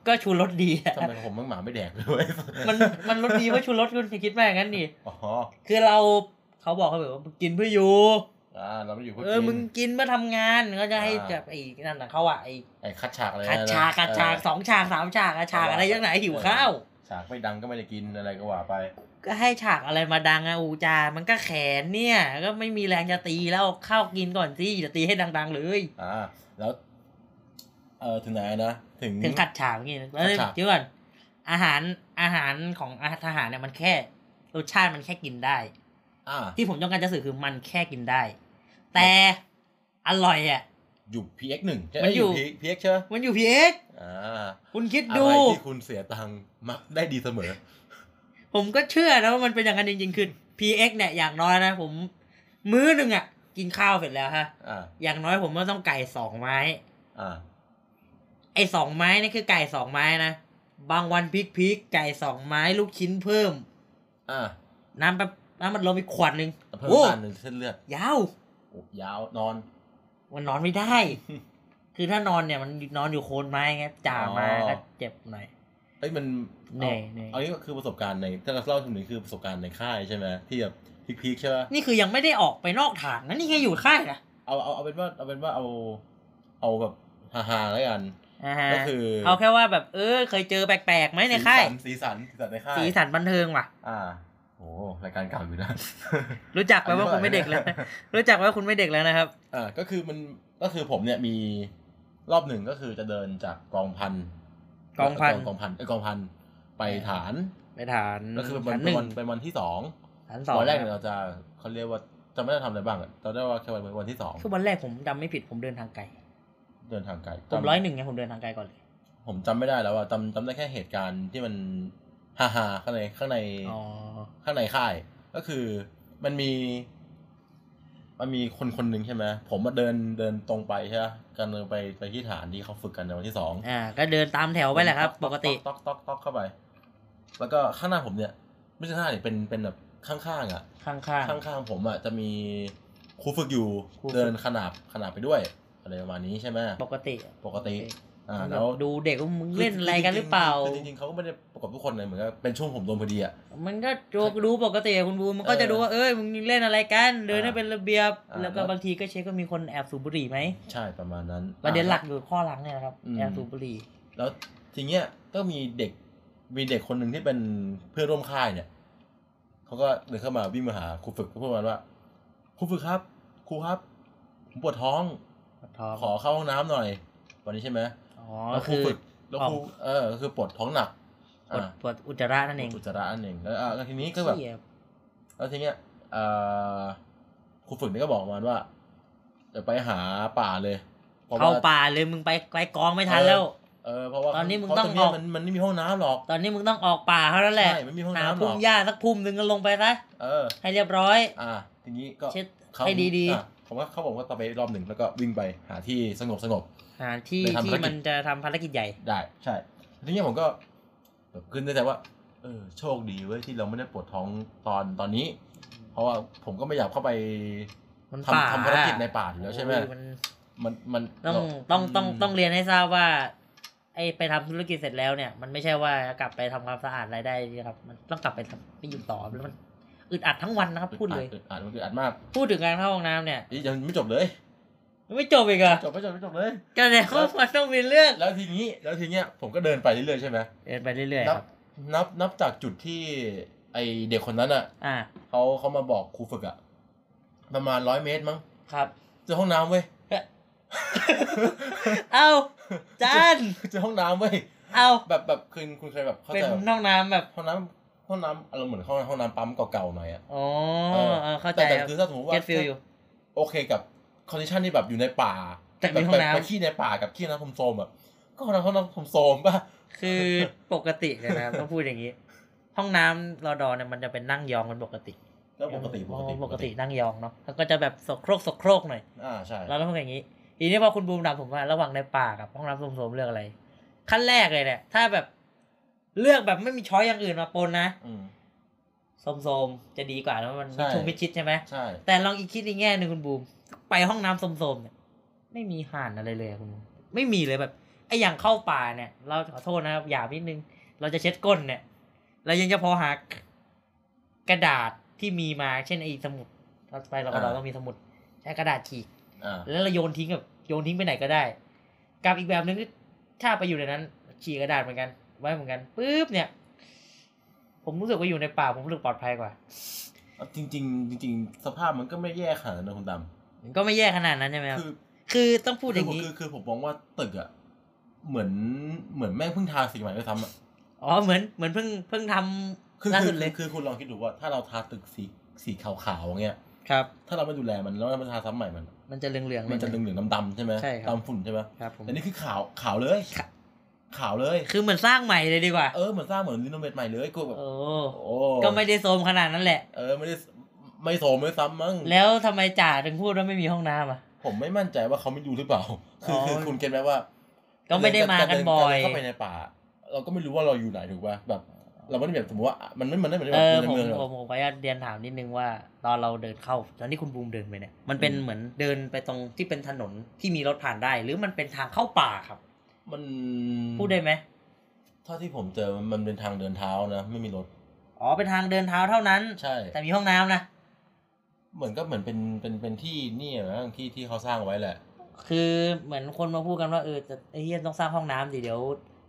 B: ก็ชูรสดีอะ
A: ทำไมผมแม่งหมาไม่แดกเลย
B: มันมันรสดีเพราะชูรสคุณอย่าคิดมากอย่างนั้นดิ
A: อ๋อ
B: คือเราเขาบอกเขาแบบว่ามึงกินเพื่ออยู่
A: อ่าเราไม่อยู่เพื่อ
B: เออ มึ
A: กิน
B: งกินเพื่อทำงานก็จะให้
A: อ่า
B: แบบไอ้นั่นนะเขาอะไอ้
A: ไอ้คัดฉากอะไร
B: ขาด
A: นะ
B: ฉากขาดฉาก
A: เออ
B: สองฉากสามฉากอะฉากอะไรยังไงหิวข้าว
A: ฉากไม่ดังก็ไม่ได้กินอะไรก็ว่าไป
B: ก็ให้ฉากอะไรมาดังอะอูจา มันก็แขนเนี่ย ก็ไม่มีแรงจะตีแล้วข้าวกินก่อนสิจะตีให้ดัง ๆ เลย
A: อ่า แล้วเออถึงไหนนะถึง
B: ถึงขัดฉากเมื่อกี้นะแล้ว
A: ขัดฉาก
B: เดี๋ยวก่อนอาหารอาหารของอาทหารเนี่ยมันแค่รสชาติมันแค่กินได้
A: อ่า
B: ที่ผมต้องการจะสื่อคือมันแค่กินได้ แต่อร่อยอ่ะ
A: อยู่ PX หนึ่งใช่ไห
B: มั
A: ม
B: นอ
A: อยู่ ยู่ PX ใช่ไหม
B: มันอยู่พีเอ็ก
A: อ่า
B: คุณคิด
A: อะ
B: ดู
A: ไรที่คุณเสียตังค์มักได้ดีเสมอ
B: ผมก็เชื่อนะว่ามันเป็นอย่างนั้นจริงๆ คือ PX เนี่ยอย่างน้อยนะผม มื้อหนึ่งอ่ะ กินข้าวเสร็จแล้วฮะ
A: อ่า
B: อย่างน้อยผมก็ต้องไก่สองไม้
A: อ่า
B: ไอ้สองไม้นี่คือไก่สองไม้นะ บางวันพลิกๆไก่สองไม้ลูกชิ้นเพิ่ม
A: อ่า
B: น้ำแบบน้ำมันลมอีกขวดหนึ่ง
A: เพิ่ม
B: โอ้
A: ตานหนึ่งเส้นเลือด
B: ยาว
A: โอ้ บยาวนอน
B: มันนอนไม่ได้ คือถ้านอนเนี่ยมันนอนอยู่โคนไม้ไงจ่ามา
A: อ๋อ
B: ก็เจ็บหน่อย
A: เอ้ยมัน
B: เหนื่อย
A: า
B: เหนื่อย
A: เอานี้ก็คือประสบการณ์ในถ้าเราเล่าถึงนี้คือประสบการณ์ในค่ายใช่ไหมที่แบบพีคๆใช่ไหม
B: นี่คือยังไม่ได้ออกไปนอกฐานนะนี่แค่อยู่ค่ายนะ
A: เอาเอาเอาเป็นว่าเอาเป็นว่าเอาเอาแบบฮาๆแล้วกัน
B: อ่าฮะ
A: ก็คือ
B: เอาแค่ว่าแบบเออเคยเจอแปลกๆไหมในค่าย
A: สีสันสีสันในค่าย
B: สีสันบันเทิงว่ะ
A: อ่าโอ้รายการเก่าอยู่นะ
B: รู้จักไหมว่าคุณไม่เด็กแล้ว รู้จักไหมว่าคุณไม่เด็กแล้วนะครับ
A: อ่าก็คือมันก็คือผมเนี่ยมีรอบหนึ่งก็คือจะเดินจากกองพัน
B: กองพัน
A: เกองพันเอ้ยกองพันไปฐาน
B: ไปฐาน
A: ก็คือเป็นวันเป็น
B: ฐานหนึ่ง
A: วันเป็นวันที่สอง
B: ฐานสอง
A: วันแรก
B: นะ
A: เนี่ย
B: ครับ
A: เราจะเขาเรียกว่าจะไม่ได้ทำอะไรบ้างอะเราได้ว่าแค่วันวันที่สอง
B: คือวันแรกผมจำไม่ผิดผมเดินทางไกล
A: เดินทางไกล
B: ผ
A: จำ
B: มร้อยหนึ่งไงผมเดินทางไกลก่อนเลย
A: ผมจำไม่ได้แล้วอะจำจำได้แค่เหตุการณ์ที่มันฮ่าฮาๆข้างในข้างใน
B: อ๋อ
A: ข้างในค่าย ก็คือมันมี มันมีคนคนหนึ่งใช่ไหมผมมาเดินเดินตรงไปใช่ไหมกันเดินไปไปที่ฐานที่เขาฝึกกันในวันที่สอง
B: อ่า ก็เดินตามแถวไปแหละครับ ปกติ
A: ต๊อกต๊อกต๊อกเข้าไป แล้วก็ข้างหน้าผมเนี่ย ไม่ใช่ข้างหน้าเนี่ยเป็นเป็นแบบข้างๆอ่ะ
B: ข้าง
A: ข้างๆผมอ่ะจะมีครูฝึกอยู่
B: ครูฝึก
A: เดินขนาบขนาบไปด้วยอะไรประมาณนี้ใช่ไหม
B: ๆปกติ
A: ปกติ อ่า
B: มันแบบ
A: แล้ว
B: ดูเด็กว่ามึงเล่นอะไรกันหรือเปล่า
A: คือจริงๆเขาก็ไม่ได้ประกอบทุกคนเลยเหมือนกับเป็นช่วงผมโดนพอดีอ่ะ
B: มันก็ดูดูปกติอะคุณบูมมันก็
A: เออ
B: จะดูว่าเอ้ยมึงเล่นอะไรกัน เดินให้เป็นระเบียบ
A: อ่า
B: แล้วก็
A: แล้ว
B: บางทีก็เช็คก็มีคนแอบสูบบุหรี่ไหม
A: ใช่ประมาณนั้น
B: ประเด็นหลักอยู่ข้อหลังเนี่ยนะครับ
A: อืม
B: แอบสูบบุหรี่
A: แล้วทีเนี้ยก็มีเด็กมีเด็กคนหนึ่งที่เป็นเพื่อนร่วมค่ายเนี่ยเขาก็เดินเข้ามาวิ่งมาหาครูฝึกก็พูดประมาณว่าครูฝึกครับ ครูครับ ผมปวดท้อง
B: ปวดท้อง
A: ขอเข้าห้องน้ำหน่อย วันนี้ใช่ไหม
B: อ๋อ
A: แล้วครู
B: คือ
A: ฝึกแล้วครู
B: ออก
A: เออก็คือปวดท้องหนัก
B: ปวด
A: อ่า
B: ปวดอุจจาระนั่นเอง
A: ปวดอุจจาระอันหนึ่งแล้วอ่าแล้วทีนี้ก็แบบ
B: เหี้ย
A: แล้วทีเนี้ยเอ่อครูฝึกนี่ก็บอกประมาณว่าจะไปหาป่าเลยพระว่
B: เข้าป่าเลยมึงไปไกลกองไม่ทัน
A: เออ
B: แล้ว
A: เออเพราะว่า
B: ตอนนี้มึง
A: เพราะ
B: ต้อง
A: เนี้ย
B: ออก
A: มันมันไม่มีห้องน้ำหรอก
B: ตอนนี้มึงต้องออกป่าเท่านั้นแหละ
A: ใช่ไม่มีห้อง
B: หา
A: น้ำหร
B: พุ่
A: อ
B: ม
A: ก
B: หญ้าสักพุ่มหนึ่งก็ลงไปซะ
A: เออ
B: ให้เรียบร้อย
A: อ่า ทีนี้ก็
B: เช็ด
A: เขา
B: ให้ดี
A: อ่ะผมว่าเขาบอกว่าต่อไปรอบหนึ่งแล้วก็วิ่งไปหาที่สงบสงบ
B: ๆหาที่
A: ไปทำ
B: ที่
A: ภารกิจ
B: มันจะทำภารกิจใหญ่
A: ได้ ใช่ ทีนี้ผมก็แบบขึ้นในใจว่า เออ โชคดีเว้ยที่เราไม่ได้ปวดท้องตอนตอนนี้ เพราะว่าผมก็ไม่อยากเข้าไป
B: มันป่า
A: ทำทำภารกิจในป่าอยู่แล้วใช่ไหม
B: โอ้ยน
A: มันมัน
B: ต้อง
A: เรา
B: ต้องต้อง
A: ม
B: ต้องเรียนให้ทราบว่า ไอไปทำธุรกิจเสร็จแล้วเนี่ย มันไม่ใช่ว่ากลับไปทำความสะอาดอะไรได้นะครับ มันต้องกลับไปทำไปอยู่ต่อแล้วมันอึดอัดทั้งวันนะครับ พูดเลย
A: อ่านมันคืออ่านมาก
B: พูดถึงการเข้าห้องน้ำเนี่ย
A: นี่ยังไม่จบเลย
B: มันไม่จบอีกเหรอะ
A: จบไม่จบไม่จบเลย
B: ก็เลยว่ามันต้องมีเรื่อง
A: แล้วทีนี้แล้วทีเนี้ยผมก็เดินไปเรื่อยๆใช่ไหม
B: เดินไปเรื่อยๆค
A: นั
B: รับ
A: นับนับจากจุดที่ไอเด็กคนนั้นอะ
B: อ่า
A: เขาเขามาบอกครูฝึกอะประมาณร้อยเมตรมั้ง
B: ครับ
A: เจอห้องน้ำเว้ย
B: เอ้า จาน
A: เจอห้องน้ำเว้ย
B: เอ้า
A: แบบแบบคุณคุณเคยแบบเข้า
B: เป็น
A: ใจแบบ
B: ห้องน้ำแบบ
A: ห้องน้ำห้องน้ำอารมณ์เหมือนห้องห้องน้ำปั๊มเก่าๆหน่อยอะ
B: อ๋อเออเข้าใจ
A: แต่แต่
B: ครับ
A: คือถ้าสมมติว่า
B: get feel อยู่
A: โอเคกับคอนดิชันที่แบบอยู่ในป่า
B: แต่มีห้องน้ำ
A: ไปขี้ในป่ากับขี้น้ำโซมๆอะก็ห้องน้ำห้องน้ำโซมๆป่ะ
B: คือปกติเลยนะครับต้องพูดอย่างนี้ ห้องน้ำรอดอเนี่ยมันจะเป็นนั่งยองเป็นปกติ
A: แล้วปกติปกติ
B: อ๋อปกตินั่งยองเนาะแล้วก็จะแบบสกโครกสกโครกหน่อย
A: อ่าใช่
B: แล้วต้องอย่างนี้ ทีนี้พอคุณบูมถามผมว่าระหว่างในป่ากับห้องน้ำโสมๆเลือกอะไร ขั้นแรกเลยเนี่ยถ้าแบบเลือกแบบไม่มีช้อยอย่างอื่นมาปนนะ
A: อืม
B: โสมๆจะดีกว่าแล้วมัน
A: ใช่
B: ชุมมิดชิดใช่ไหม
A: ใช่
B: แต่ลองอีกคิดอีกแง่หนึ่งคุณบูมไปห้องน้ำโสมๆเนี่ยไม่มีห่านอะไรเลยอะคุณบูมไม่มีเลยแบบไอ้อย่างเข้าป่าเนี่ย เราขอโทษนะครับหยาบนิดนึง เราจะเช็ดก้นเนี่ย เรายังจะพอหากระดาษที่มีมาเช่นไอ้สมุดเราไปเราก็เราต้องมีสมุดใช้กระดาษขีด
A: อ่า
B: แล้วเราโยนทิ้งแบบโยนทิ้งไปไหนก็ได้กับอีกแบบหนึ่งคือถ้าไปอยู่ในนั้นฉีกกระดาษเหมือนกัน ไว้เหมือนกันปุ๊บเนี่ย ผมรู้สึกว่าอยู่ในป่าผมรู้สึกปลอดภัยกว่า
A: จริงจริงๆจริง ๆ สภาพมันก็ไม่แย่ขนาดนั้นนะคุณด
B: มันก็ไม่แย่ขนาดนั้นใช่ไหม
A: ำ
B: ครับ
A: คือ
B: คือต้องพูดอย่าง
A: นี้
B: นี้
A: คือคือผมมองว่าตึกอะเหมือนเหมือนแม่งเพิ่งทาสีใหม่ด้วยซ้ำอะ
B: อ๋อเหมือนเหมือนเพิ่งเพิ่งทำ
A: คือ
B: ล่า
A: คื
B: สุ
A: อ
B: ดเลย
A: คือคุณลองคิดดูว่าถ้าเราทาตึกสีสีขาวๆเงี้ย
B: ครับ
A: ถ้าเราไม่ดูแลมันแล้วเรามาทาซ้ำใหม่มัน
B: มันจะเหลืองเหลืองๆ
A: มันจะเห
B: นิด
A: ลืองๆดำๆใช่ไหม
B: ใช่ครับ
A: ดำฝุ่นใช่ไหม
B: งครับผม
A: แต่นี่คือขาวขาวเลยขาวเลย
B: คือเหมือนสร้างใหม่เลยดีกว่า
A: เออเหมือนสร้างเหมือนรีโนเวทใหม่เลยกูแบบ
B: โอ้
A: โอ้
B: ก็ไม่ได้โซมขนาดนั้นแหละ
A: เออไม่ได้ไม่โสมไม่ซ้ำมั้ง
B: แล้วทำไมจ่าถึงพูดว่าไม่มีห้องน้ำอ่ะ
A: ผมไม่มั่นใจว่าเขาไม่ดูหรือเปล่า คือ
B: อ๋อ
A: คือคุณเก็ตไหมว่า
B: ก็ไม่ได้มากัน
A: เดิ
B: บ่อย
A: เดิเข้าไปในป่า เราก็ไม่รู้ว่าเราอยู่ไหนถูกป่ะแบบ เราไม่ได้แบบสมมติว่ามันไม่มันไม่เหมือนแบ
B: เอบอ
A: ใน
B: ผม
A: เมืองหร
B: ผ
A: อ
B: ม
A: ก
B: ผมขออนุญาตเรียนถามนิดนึงว่า ตอนเราเดินเข้าตอนที่คุณบูมเดินไปเนี่ยมันเป็นเหมือนเดินไปตรงที่เป็นถนนที่มีรถผ่านได้ หรือมันเป็นทางเข้าป่าครับ
A: มัน
B: พูดได้ไหม
A: ถ้าที่ผมเจอมันเป็นทางเดินเท้านะไม่มีรถ
B: อ๋อเป็นทางเดินเท้าเท่านั้น
A: ใช่
B: แต่มีห้องน้ำนะ
A: เหมือนก็เหมือนเป็นเป็นเป็นที่นี่นะที่ที่เขาสร้างไว้แหละ
B: คือเหมือนคนมาพูดกันว่าเออจะไอ้เฮียต้องสร้างห้องน้ำดิเดี๋ยว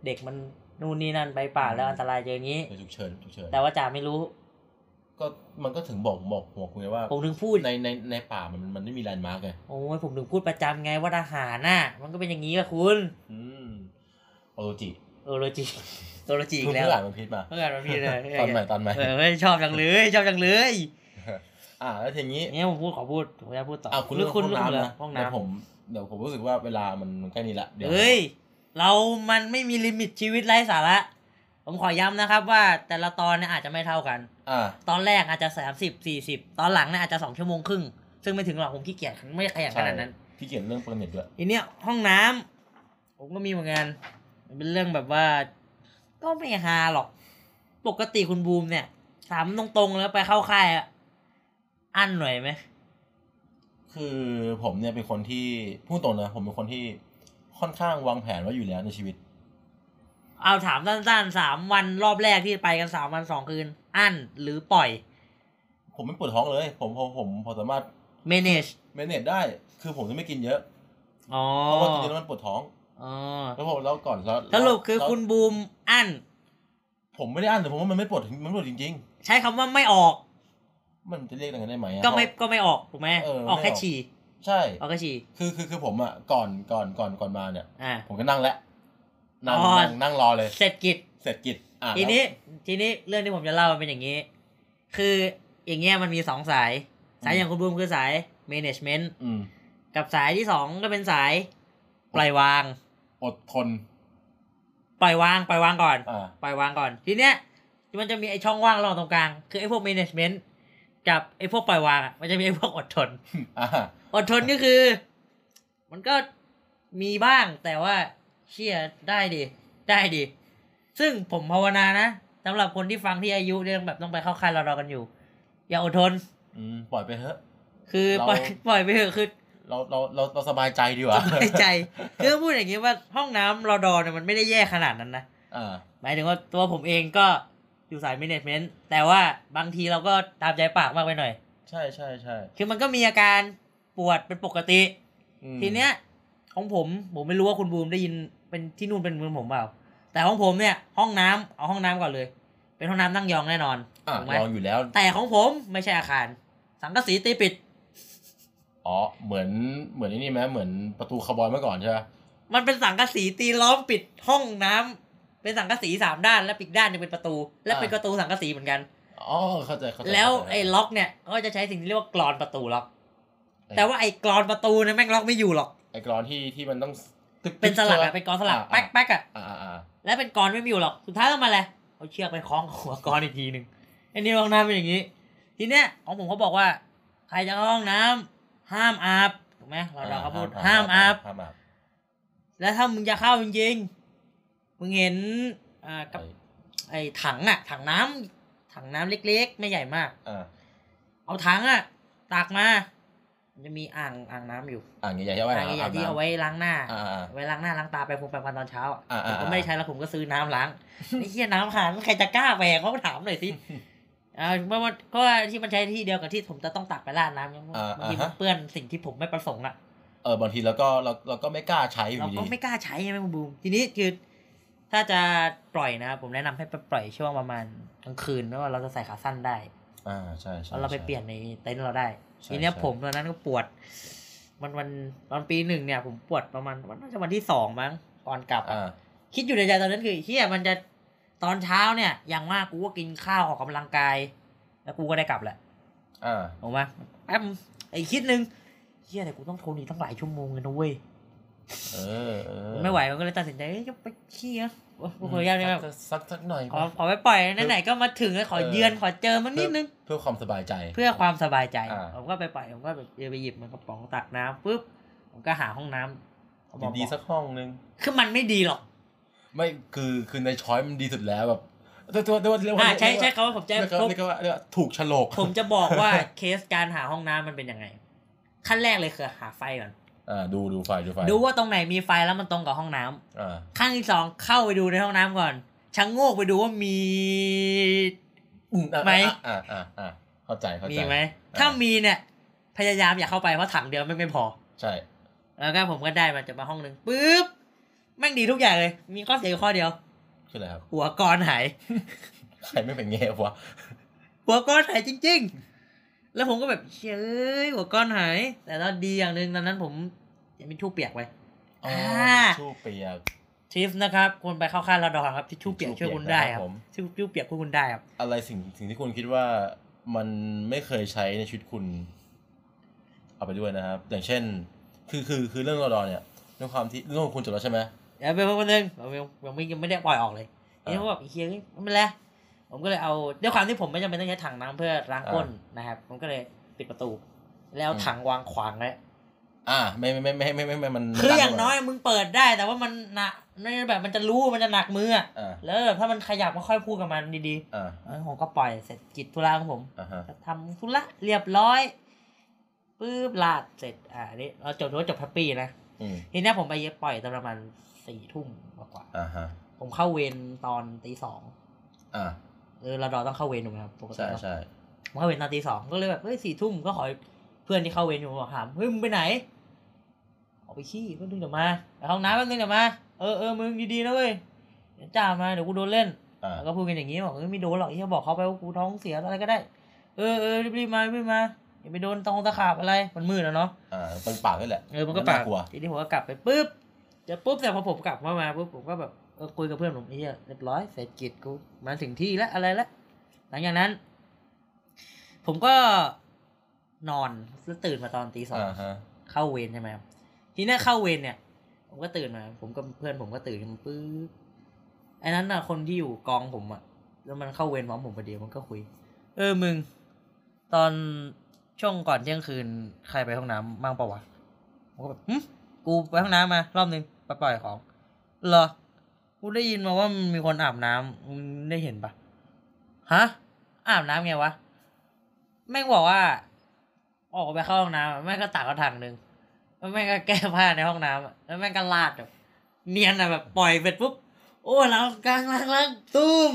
B: เด็กมันนู่นนี่นั่นไปป่าแล้วอันตรายเจออย่างนี้
A: ในฉุกเฉินฉุกเฉิน
B: แต่ว่าจ่าไม่รู้
A: ก็มันก็ถึงบอกบอกหัวคุณไงว่า
B: ผมถึงพูด
A: ในในในป่ามันมันไม่มีแลนด์มาร์กไง
B: โอ้ยผมถึงพูดประจำไงว่าทหารน่ะ มันก็เป็นอย่างนี้ละคุณ
A: อืมโอโรจิ
B: โอโรจิ โอโรจิอี
A: เพิ่ง
B: กแล้ว
A: เพิ่งอ่านมันพิษมา
B: เพื่อนมันพี่ เลย
A: ตอนใหม่ตอนใหม่
B: เออเฮ้ยชอบจังเลยชอบจังเลย
A: อ่าแล้วทีนี้
B: เนี่ยผมพูดขอพูดผมจะพูดต่อ
A: อ่าคุณเรื่องห้อง
B: เรื่
A: น้ำ
B: เหร
A: นะ
B: ห้อง
A: แต่
B: น้ำ
A: ผมเดี๋ยวผมรู้สึกว่าเวลามันมันใกล้นี้ละดี๋ว
B: เฮ้ย เรามันไม่มีลิมิตชีวิตไร้สาระ ผมขอย้ำนะครับว่าแต่ละตอนเนี่ยอาจจะไม่เท่ากัน
A: อ่า
B: ตอนแรกอาจจะสามสิบสี่สิบตอนหลังเนี่ยอาจจะสองชั่วโมงครึ่ง ซึ่งไม่ถึงหรอกผมขี้เกียจไม่ขยันขนาดนั้น
A: พี่เขียนเรื่องเปรเน็ตด้วย
B: อีเนี่ยห้องน้ำผมก็มีเหมือนกันมันเป็นเรื่องแบบว่า ก็ไม่ฮาหรอก ปกติคุณบูมเนี่ย ถามตรงๆแล้วไปเข้าค่ายอะอั้นหน่อยไหม
A: คือผมเนี่ยเป็นคนที่พูดตรงนะผมเป็นคนที่ค่อนข้างวางแผนไว้อยู่แล้วในชีวิต
B: เอาถามสั้นๆสามวันรอบแรกที่ไปกันสามวันสองคืน อั้นหรือปล่อย
A: ผมไม่ปวดท้องเลย ผมผมผมพอสามารถ
B: manage
A: เมเนจได้ คือผมจะไม่กินเยอะ
B: อ๋อ
A: เพราะว่ากินเยอะแล้วมันปวดท้อง
B: อ๋อ
A: แล้วผมแล้วก่อนแล้ว
B: สรุปคือ
A: แล้ว
B: คุณบูมอั้น
A: ผมไม่ได้อ่านแต่ผมว่ามันไม่ปวดมันปวดจริง
B: ใช้คำว่าไม่ออก
A: ๆ มันจะเรียกอย่างนั้นได้ไหมอะ
B: ก็ไม่ก็ไม่ออกถูกไหม
A: เออ
B: ออก
A: ไม่
B: แค่
A: ออก
B: ฉี่
A: ใช่
B: ออกแค่ฉี่
A: คือคือคือผมอ่ะก่อนก่อนก่อนก่อนมาเนี่ย
B: อ่า
A: ผมก็นั่งแล้วนั่ง
B: อ๋อ
A: นั่งนั่งรอเลย
B: เสร็จกิจ
A: เสร็จกิจอ่ะ
B: ทีนี้ทีนี้เรื่องที่ผมจะเล่ามันเป็นอย่างนี้ คืออย่างเงี้ยมันมีสองสาย สายอย่างคุณบูมคือสาย management
A: อืม
B: กับสายที่สองก็เป็นสาย ปล่อยวาง
A: อดทน
B: ปล่อยวาง ปล่อยวางก่อน
A: อ่า
B: ปล่อยวางก่อน ทีเนี้ยมันจะมีไอช่องว่างระหว่างตรงกลาง คือไอพวก management กับไอพวกปล่อยวางอะมันจะมีไอพวกอดทน
A: อ่า
B: อดทนก็คือ มันก็มีบ้างแต่ว่าเชี่ยได้ดิได้ดิซึ่งผมภาวนานะสำหรับคนที่ฟังที่อายุเรื่องแบบต้องไปเข้าค่ายรอรอกันอยู่ อย่าอดทน
A: อืมปล่อยไปเถอะ
B: คือ
A: เรา
B: ปล่อย ปล่อยไปเถอะคือ
A: เราเราเราเราสบายใจดีกว่า
B: ไม่ใจ คือพูดอย่างนี้ว่าห้องน้ำรอดอเนี่ยมันไม่ได้แย่ขนาดนั้นนะ
A: อ่า
B: หมายถึงว่าตัวผมเองก็อยู่สาย management แต่ว่าบางทีเราก็ตามใจปากมากไปหน่อย
A: ใช่ใช่ใช่
B: คือมันก็มีอาการปวดเป็นปกติ
A: อืม
B: ทีเนี้ยของผมผมไม่รู้ว่าคุณบูมได้ยินเป็นที่นู่นเป็นเมืองผมเปล่า แต่ของผมเนี่ย ห้องน้ำเอาห้องน้ำก่อนเลย เป็นห้องน้ำนั่งยองแน่นอน
A: อ่ะ
B: ถูกไหม
A: ลองอยู่แล้ว
B: แต่ของผมไม่ใช่อาคาร สังกะสีตีปิด
A: อ๋อ เหมือนเหมือนไอ้นี่ไหมเหมือนประตูคาร์บอยเมื่อก่อนใช่ปะ
B: มันเป็นสังกะสีตีล้อมปิดห้องน้ำเป็นสังกะสีสามด้านและปิดด้านหนึงเป็นประตู และเป็นประตูสังกะสีเหมือนกัน
A: อ๋อเข้าใจเข้าใจ
B: แล้ว
A: เข้าใจ
B: ไอ้ล็อกเนี่ยก็จะใช้สิ่งที่เรียกว่ากรอนประตูล็อก
A: ไอ้
B: แต่ว่าไอ้กรอนประตูเนี่ยแม่งล็อกไม่อยู่หรอก
A: ไอ้กรอนที่ที่มันต้องตึก
B: เป็นสลั
A: ใช่
B: กอะ
A: ปะ
B: เป็นกรอนสลัก
A: อ่ะ
B: แป๊กแป๊กๆอะ
A: อ่าอ่าอ่า
B: และเป็นกรไม่มีอยู่หรอก สุดท้ายต้องมาแหละไรเอาเชือกไปคล้องหัวกรอีกทีหนึ่งอันนี้ห้องน้ำเป็นอย่างนี้ ทีเนี้ยของผมเขาบอกว่า ใครจะเข้าห้องน้ำห้ามอาบถูกไหมเราเราเขาพูดห้ามอาบ
A: ห้ามอาบ
B: แล้วถ้ามึงจะเข้าจริงๆมึงเห็นอ่ากับ
A: ไอ้
B: ไอ้ถังอะถังน้ำถังน้ำเล็ก ๆ ไม่ใหญ่มาก
A: อ่า
B: เอาถังอะตักมามันจะมีอ่างอ่างน้ำอยู่
A: อ่างใหญ่ๆใช่ไหม
B: อ่างใหญ่ๆที่เอาไว้ล้างหน้า
A: อ่าอ่า
B: ไว้ล้างหน้าล้างตาไปพรมแปรงฟันตอนเช้าอะ
A: อ่าๆๆ
B: ผมก็ไม่ได้ใช้แล้วผมก็ซื้อน้ำล้าง ไอ้เหี้ยน้ำหานใครจะกล้าแหวกเขาถามหน่อยสิอ่าเมื่อวันก็ที่มันใช้ที่เดียวกับที่ผมจะต้องตักไปราดน้ำ
A: อ่าๆ
B: บางทีมันเปื้อนสิ่งที่ผมไม่ประสงค์อ่ะ
A: เออบางทีเราก็เราเราก็ไม่กล้าใช้อยู่
B: เรา
A: ดี
B: ก็ไม่กล้าใช้ใช่ไหมคุณบูมทีนี้คือถ้าจะปล่อยนะครับผมแนะนำให้ไปปล่อยช่วงประมาณกลางคืนเพราะว่าเราจะใส่ขาสั้นได้
A: อ่าใช่ใช่
B: แล้วเราไป
A: ใช่
B: เปลี่ยนในเต็นท์เราได้
A: ใช่
B: ทีเนี้ย
A: ใช่
B: ผมตอนนั้นก็ปวด มันวันตอนปีหนึ่งเนี่ย ผมปวดประมาณวันน่าจะวันที่สองมั้งก่อนกลับอะ
A: อ่า
B: คิดอยู่ในใจตอนนั้นคือเฮียมันจะตอนเช้าเนี่ย อย่างมากกูก็กินข้าวออกกำลังกาย แล้วกูก็ได้กลับแหละ
A: อ่า
B: ออกมาแป๊บไอ้คิดนึงเฮียแต่กูต้องทนอีกตั้งหลายชั่วโมงเลยนะเว้ย
A: เออเออ
B: ไม่ไหวมันก็เลยตัดสินใจเอ้ยจะไปเฮียโอ้ยกูขออนุญาตได้ไหม
A: สักสักสักหน่อย
B: ขอขอไปปล่อยนะไหนๆก็มาถึงแล้วขอ
A: เออ
B: เยือนขอเจอมันนิดนึง
A: เพื่อความสบายใจ
B: เพื่อความสบายใจ
A: อ่า
B: ผมก็ไปปล่อยผมก็แบบเออไปหยิบมันกระป๋องตักน้ำปุ๊บผมก็หาห้องน้ำผมบอก
A: ดีๆสักห้องนึง
B: คือมันไม่ดีหรอก
A: ไม่คือคือในช้อยมันดีสุดแล้วแบบ แต่ตัวตัวเรียกว่า
B: อ่าใช้ใช้คำว่าผมจะ
A: เรียก
B: ผม
A: ว่าเรียกว่าเรียกว่าถูกฉลก
B: ผมจะบอกว่าเคสการหาห้องน้ำมันเป็นยังไง ขั้นแรกเลยคือหาไฟก่อน
A: อ่าดูดูไฟดูไฟ
B: ดูว่าตรงไหนมีไฟแล้วมันตรงกับห้องน้ำ
A: อ่า
B: ขั้นที่สองเข้าไปดูในห้องน้ำก่อนชังโงกไปดูว่ามี
A: อือ่ะ
B: ไหม
A: อ่าอ่าอ่าเข้าใจเข้า
B: มี
A: ใจ
B: ไหม
A: อ
B: ถ้ามีเนี่ย พยายามอย่าเข้าไปเพราะถังเดียวไม่ไม่พอ
A: ใช่
B: แล้วก็ผมก็ได้มาจากมาห้องหนึ่งปุ๊บแม่งดีทุกอย่างเลย มีข้อเสียอยู่ข้อเดียว
A: คืออะไรครับ
B: หัวกรหาย
A: ใครไม่เป็นแง่วะ
B: หัวก้อนหายจริง ๆ แล้วผมก็แบบเฮ้ยหัวก้อนหาย แต่ตอนดีอย่างหนึ่งตอนนั้นผมยังมีทิชชู่เปียกไว้
A: อ๋อ
B: อ่า
A: ชูเปียก
B: ทิฟนะครับควรไปเข้าค่ายรอดอครับทิชชู่เปียกช่วยคุณได้ครับ
A: ผม
B: ทิชชู่เปียกช่วยคุณได้ครับ
A: อะไรสิ่งสิ่งที่คุณคิดว่ามันไม่เคยใช้ในชีวิตคุณ เอาไปด้วยนะครับ อย่างเช่น คือคือคือเรื่องรอดอเนี่ยเรื่องความที่เรื่องของคุณจบแล้วใช่ไหม
B: เดี๋ยวไปเพิ่มนึงผมยังยังไม่ยังไม่ได้ปล่อยออกเลย
A: อ่า
B: นี่เขาแบบไอ้เฮียเอ้ยไม่เป็นไรผมก็เลยเอาด้วยความที่ผมไม่จำเป็นต้องใช้ถังน้ำเพื่อล้างก้นนะครับผมก็เลยปิดประตู แล้วเอา
A: อืม
B: ถังวางขวางไว้
A: อ่า ไม่ไม่ไม่ไม่ไม่ไม่ไม่มัน
B: คืออย่างน้อยมึงเปิดได้ แต่ว่ามันหนักไม่แบบมันจะรู้มันจะหนักมืออะ
A: อ่า
B: แล้วแบบถ้ามันขยับก็ค่อยพูดกับมันดี
A: อ่า
B: ๆเออผมก็ปล่อยเสร็จกิจธุระของผม
A: อ่าฮะ
B: ก็ทำธุระเรียบร้อยปื๊บลาดเสร็จอ่าอันนี่เราจบถือว่าจบแฮปปี้นะ
A: อืม
B: ทีเนี้ยผมไปเย็บปล่อยตอนประมาณสี่ทุ่มกว่า
A: อ่าฮะ
B: ๆผมเข้าเวรตอนตีสอง
A: อ่า
B: เออเราดอต้องเข้าเวรถูกไหมครับปกติ
A: ใช่
B: เนอะ
A: ใช่
B: ผมเข้าเวรตอนตีสองก็เลยแบบเฮ้ยสี่ทุ่มก็ขอเพื่อนที่เข้าเวรอยู่บอกถามเฮ้ยมึงไปไหนออกไปขี้ก็นึงเดี๋ยวมาไปห้องน้ำแป๊บนึงเดี๋ยวมาเออเออมึงดีๆนะเว้ยเดี๋ยวจ่ามาเดี๋ยวกูโดนเล่น
A: อ่า
B: แล้วก็พูดกันอย่างนี้บอกเออไม่โดนหรอกที่บอกเขาไปว่ากูท้องเสียอะไรก็ได้ เออเออรีบๆมารีบๆมาอย่าไปโดนตรงตะขาบอะไรมันมืดแล้วเนาะ
A: อ่าเป็นปากด้วยแหละ
B: เออมันก็ปาก
A: ลัว
B: ทีนี้ผมก็กลับไปปุ๊บเดี๋ยวปุ๊บแต่ยพอผมกลับมามาปุ๊บผมก็แบบเออคุยกับเพื่อนผมไอ้เหี้ยเรียบร้อยเสร็จกิจกูมาถึงที่แล้วอะไรแล้ว หลังจากนั้น ผมก็นอนแล้วตื่นมาตอนตีสอง
A: อ่าฮะ
B: เข้าเวรใช่ไหมครับทีเนี้ยเข้าเวรเนี่ย ผมก็ตื่นมา ผมกับเพื่อนผมก็ตื่นกันปื๊บไอ้นั้นน่ะคนที่อยู่กองผมอะแล้วมันเข้าเวรพร้อมผมพอดีมันก็คุย เออมึง ตอนช่วงก่อนเที่ยงคืนใครไปห้องน้ำบ้างปะวะผมก็แบบหึกูไปห้องน้ำมารอบนึงไปปล่อยของเหรอกูได้ยินมาว่ามันมีคนอาบน้ำมึงได้เห็นปะฮะ อาบน้ำไงวะ แม่งบอกว่า ออกไปเข้าห้องน้ำอะแม่งก็ตักกระถางหนึ่งแล้วแม่งก็แก้ผ้าในห้องน้ำอะแล้วแม่งก็ลาดแบบเนียนอะแบบปล่อยเบ็ดปุ๊บ โอ้ล้างกลางล้างล้างตุ้ม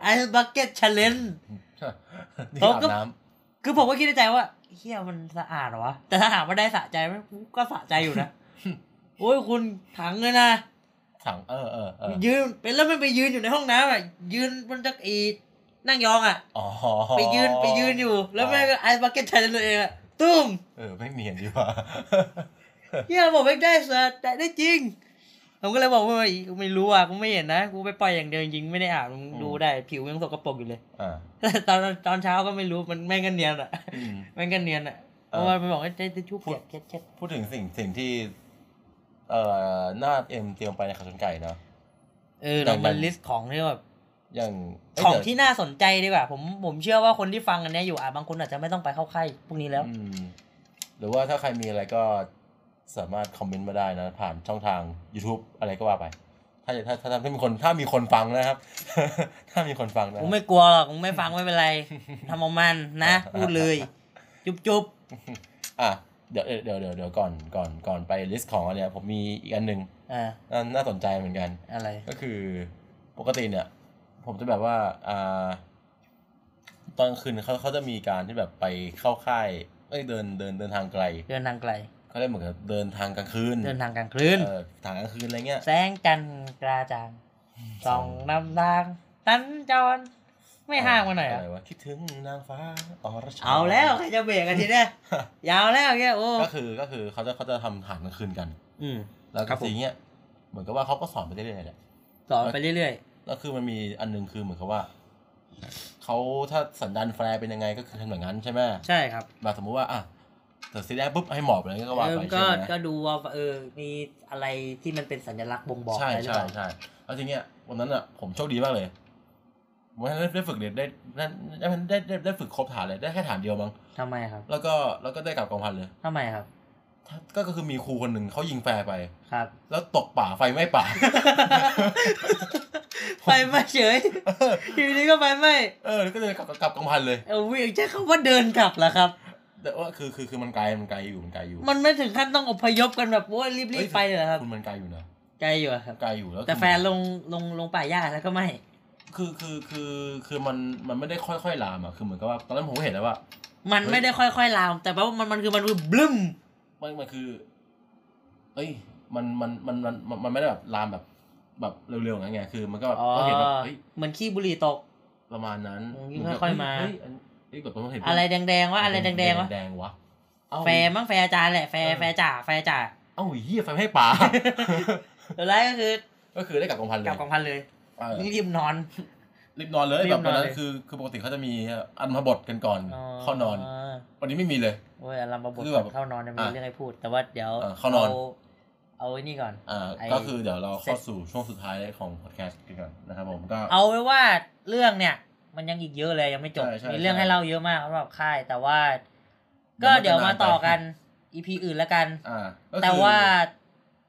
B: ไอ้บักเก็ตชาเลน
A: นี่
B: เรา
A: อาบ
B: ก็
A: น้
B: คือผมก็คิดในใจว่าเฮียมันสะอาดเหรอวะ แต่ถ้าหากว่าได้สะใจมันก็สะใจอยู่นะ โอ้ยคุณถังเลยนะ
A: ำถังเออเออเออ
B: ยืนเป็นแล้วมันไปยืนอยู่ในห้องน้ำอ่ะ ยืนบนจักรีนั่งยองอ่ะ
A: อ๋อ
B: ไปยืนไปยืนอยู่ แล้วแม่งก็ไอ้บักเก็ตชาเลนตัวเองอ่ะตุ้ม
A: เออไม่เนียนดีว่า
B: เฮียบอกไม่ได้สัตว์แต่ได้จริง ผมก็เลยบอกว่ากูไม่รู้อ่ะกูไม่เห็นนะกูไปปล่อยอย่างเดียวจริงๆไม่ได้อาบมึงดูได้ผิวยังสกปรกอยู่เลย
A: อ่า
B: ตอนตอนเช้าก็ไม่รู้มันแม่งกันเนียนอ่ะ
A: อืม
B: แม่งกันเนียนอ่ะเพ
A: เออ
B: ราะว่ามันบอกว่าจะจะชุบเปียกเช็ดเช็ด
A: พูดถึงสิ่งสิ่งที่ เอ่อหน้าเอ็มเตรียมไปในข่าวชนไก่เนาะ
B: เออเรา
A: ดั
B: มาง
A: ๆ
B: ลิสต์ของที่แบบ
A: อย่างเย
B: ของ
A: เดี๋ยว
B: ที่น่าสนใจดีกว่าผมผมเชื่อว่าคนที่ฟังกันเนี้ยอยู่อ่ะบางคนอาจจะไม่ต้องไปเข้าค่ายพวกนี้แล้ว
A: อืมหรือว่าถ้าใครมีอะไรก็สามารถคอมเมนต์มาได้นะ ผ่านช่องทาง YouTube อะไรก็ว่าไป ถ้าถ้าถ้าถ้ามีคนถ้ามีคนฟังนะครับ ถ้ามีคนฟังนะ
B: ผมไม่กลัวหรอกผมไม่ฟังไม่เป็น ไรทำเอามันนะพูดเลยจุบจุบ
A: อ่ะเดี๋ยวเดี๋ยวเดี๋ยวเดี๋ยวก่อนก่อนก่อนไปลิสต์ของอันเนี้ยผมมีอีกอันหนึ่ง
B: ๆอ่า
A: น่าน่าสนใจเหมือนกัน
B: อะไร
A: ก็คือปกติเนี่ย ผมจะแบบว่าอ่าตอนกลางคืนเขาเขาจะมีการที่แบบไปเข้าค่ายเอ้ยเดินเดินเดินทางไกล
B: เดินทางไกล
A: เขาเรียกเหมือนกับเดินทางกลางคืน
B: เดินทางกลางคืน
A: เออทางกลางคืนอะไรเงี้ย
B: แสงจันทร์กระจ่างส่องนำทางตันจรไม่ห่างมาหน่อยเหร
A: อะ
B: อ
A: ไรวะคิดถึงนางฟ้าอรชร
B: เอาแล้วใครจะเบรกกันทีเนี่ยยาวแล้วเนี่ยโอ้
A: ก็คือก็คือเขาจะเขาจะทำฐานกลางคืนกัน
B: อืม
A: แล้ว
B: ครั
A: ก็
B: บผม
A: ทีเนี้ยเหมือนกับว่าเขาก็สอนไปเรื่อยๆแหละ
B: สอนไปเรื่อย
A: แล้วคือมันมีอันหนึงคือเหมือนกับว่าเขาถ้าสันดานแฟร์เป็นยังไงก็คือทำแบบนั้นใช่ไหม
B: ๆ ใช่ครับ
A: แบบสมมุติว่าอ่ะแต่สีแดงปุ๊บให้หมอบอะไรก็ว่า
B: เออ
A: ไป
B: ก็
A: ใช่ไหม
B: ก็ดูว่าเออมีอะไรที่มันเป็นสัญลักษณ์บ่งบอก
A: ใช่
B: อะไรหรือ
A: ใช่
B: เปล่า
A: ใช่แล้วทีเนี้ยวันนั้นอ่ะผมโชคดีมากเลยวันนั้นได้ได้ฝึกเนี่ยได้ได้ได้ได้ได้ได้ฝึกครบฐานเลยได้แค่ฐานเดียวมั้ง
B: ทำไมครับ
A: แล้วก็แล้วก็ได้กลับกองพันเลย
B: ทำไมครับ
A: ถ้าก็ก็คือมีครูคน หนึ่งเขายิงแฟร์ไป
B: ครับ
A: แล้วตกป่าไฟไหม่ป่า
B: ไฟไหม้เฉยอยู่นี้ก็ไฟไหม้
A: เออแล้วก็เลยกลับกลับกองพันเลย
B: เอาวิ่งใช้คำว่าเดินกลับเหรอครับ
A: แต่ว่าคือคือคือมันไกลมันไกลอยู่มันไกลอยู่
B: มันไม่ถึงขั้นต้องอพยพกันแบบว่ารี
A: ฮ้
B: บๆไปเลยเหรอครับ
A: คุณมันไกลอยู่นะ
B: ไกลอยู่อะครับ
A: ไกลอยู่แล้ว
B: แต่แฟนลงลงลงป่าหญ้าแล้วก็ไม่
A: คือคือคือคือมันมันไม่ได้ค่อยๆลามอ่ะคือเหมือนกับว่าตอนนั้นผมก็เห็นแล้วว่า
B: มัน
A: เฮ้ย
B: ไม่ได้ค่อยๆลาม แต่ว่ามันมันคือมันคือบลึ้ม
A: มันมันคือ เอ้ย มันมันมันมันมันมันไม่ได้แบบลามแบบ แบบเร็วๆอย่างเงี้ยคือ มันก็แบบ
B: อ๋อ
A: ก็เห็นแบบเฮ้ย
B: เหมือนขี้บุหรี่ตก
A: ประมาณนั้น
B: อืม
A: นก็
B: ค่อยๆมา
A: เฮ้เฮ้ยเอ้ยแบบต้องเห็น
B: อะไรแดงๆวะอะไรแดงๆวะ
A: แดงๆวะเอ้า
B: แฟร์มั้งแฟร์อาจารย์แหละแฟร์
A: เออ
B: แฟร์จ่าแฟร์จ่า
A: เอ้าเหี้ยไฟไม่ให้ ป่า
B: แล้วแรกก็คือ
A: ก็คือได้กลับกองพันเลย
B: กลับกองพันเลย
A: เออ
B: รีบนอน
A: รีบนอนเลย
B: รีบ
A: แบบตอน
B: นอน
A: นั้
B: เล
A: น
B: ย
A: คือคือปกติเขาจะมีอันพบทกันก่อนเข้านอน วันนี้ไม่มีเลย
B: โอ้ยลำบากบท
A: คือแบบ
B: เข้านอนจะมี
A: อ่ะ
B: เรื่องให้พูด แต่ว่าเดี๋ยว
A: เออเข้านอน
B: เเอาไอ้นี่ก่อน
A: อ่า
B: ไอ้
A: ก็คือเดี๋ยวเราเข้า
B: เซ็ต
A: สู่ช่วงสุดท้ายของพอดแคสต์กันก่อนนะครับผมก็
B: เอาไว้ว่าเรื่องเนี่ย มันยังอีกเยอะเลยยังไม่จบ
A: ใช่ใช่
B: มีเรื่อง
A: ใช่
B: ให้เล่าเยอะมากสำหรับค่าย แต่ว่า
A: เดี๋
B: ก็
A: ยวมันจะ
B: เดี๋ยวมาต่อ
A: านไป
B: กันอีพีอื่นแล้วกัน
A: อ่าก็คือ
B: แต่ว่า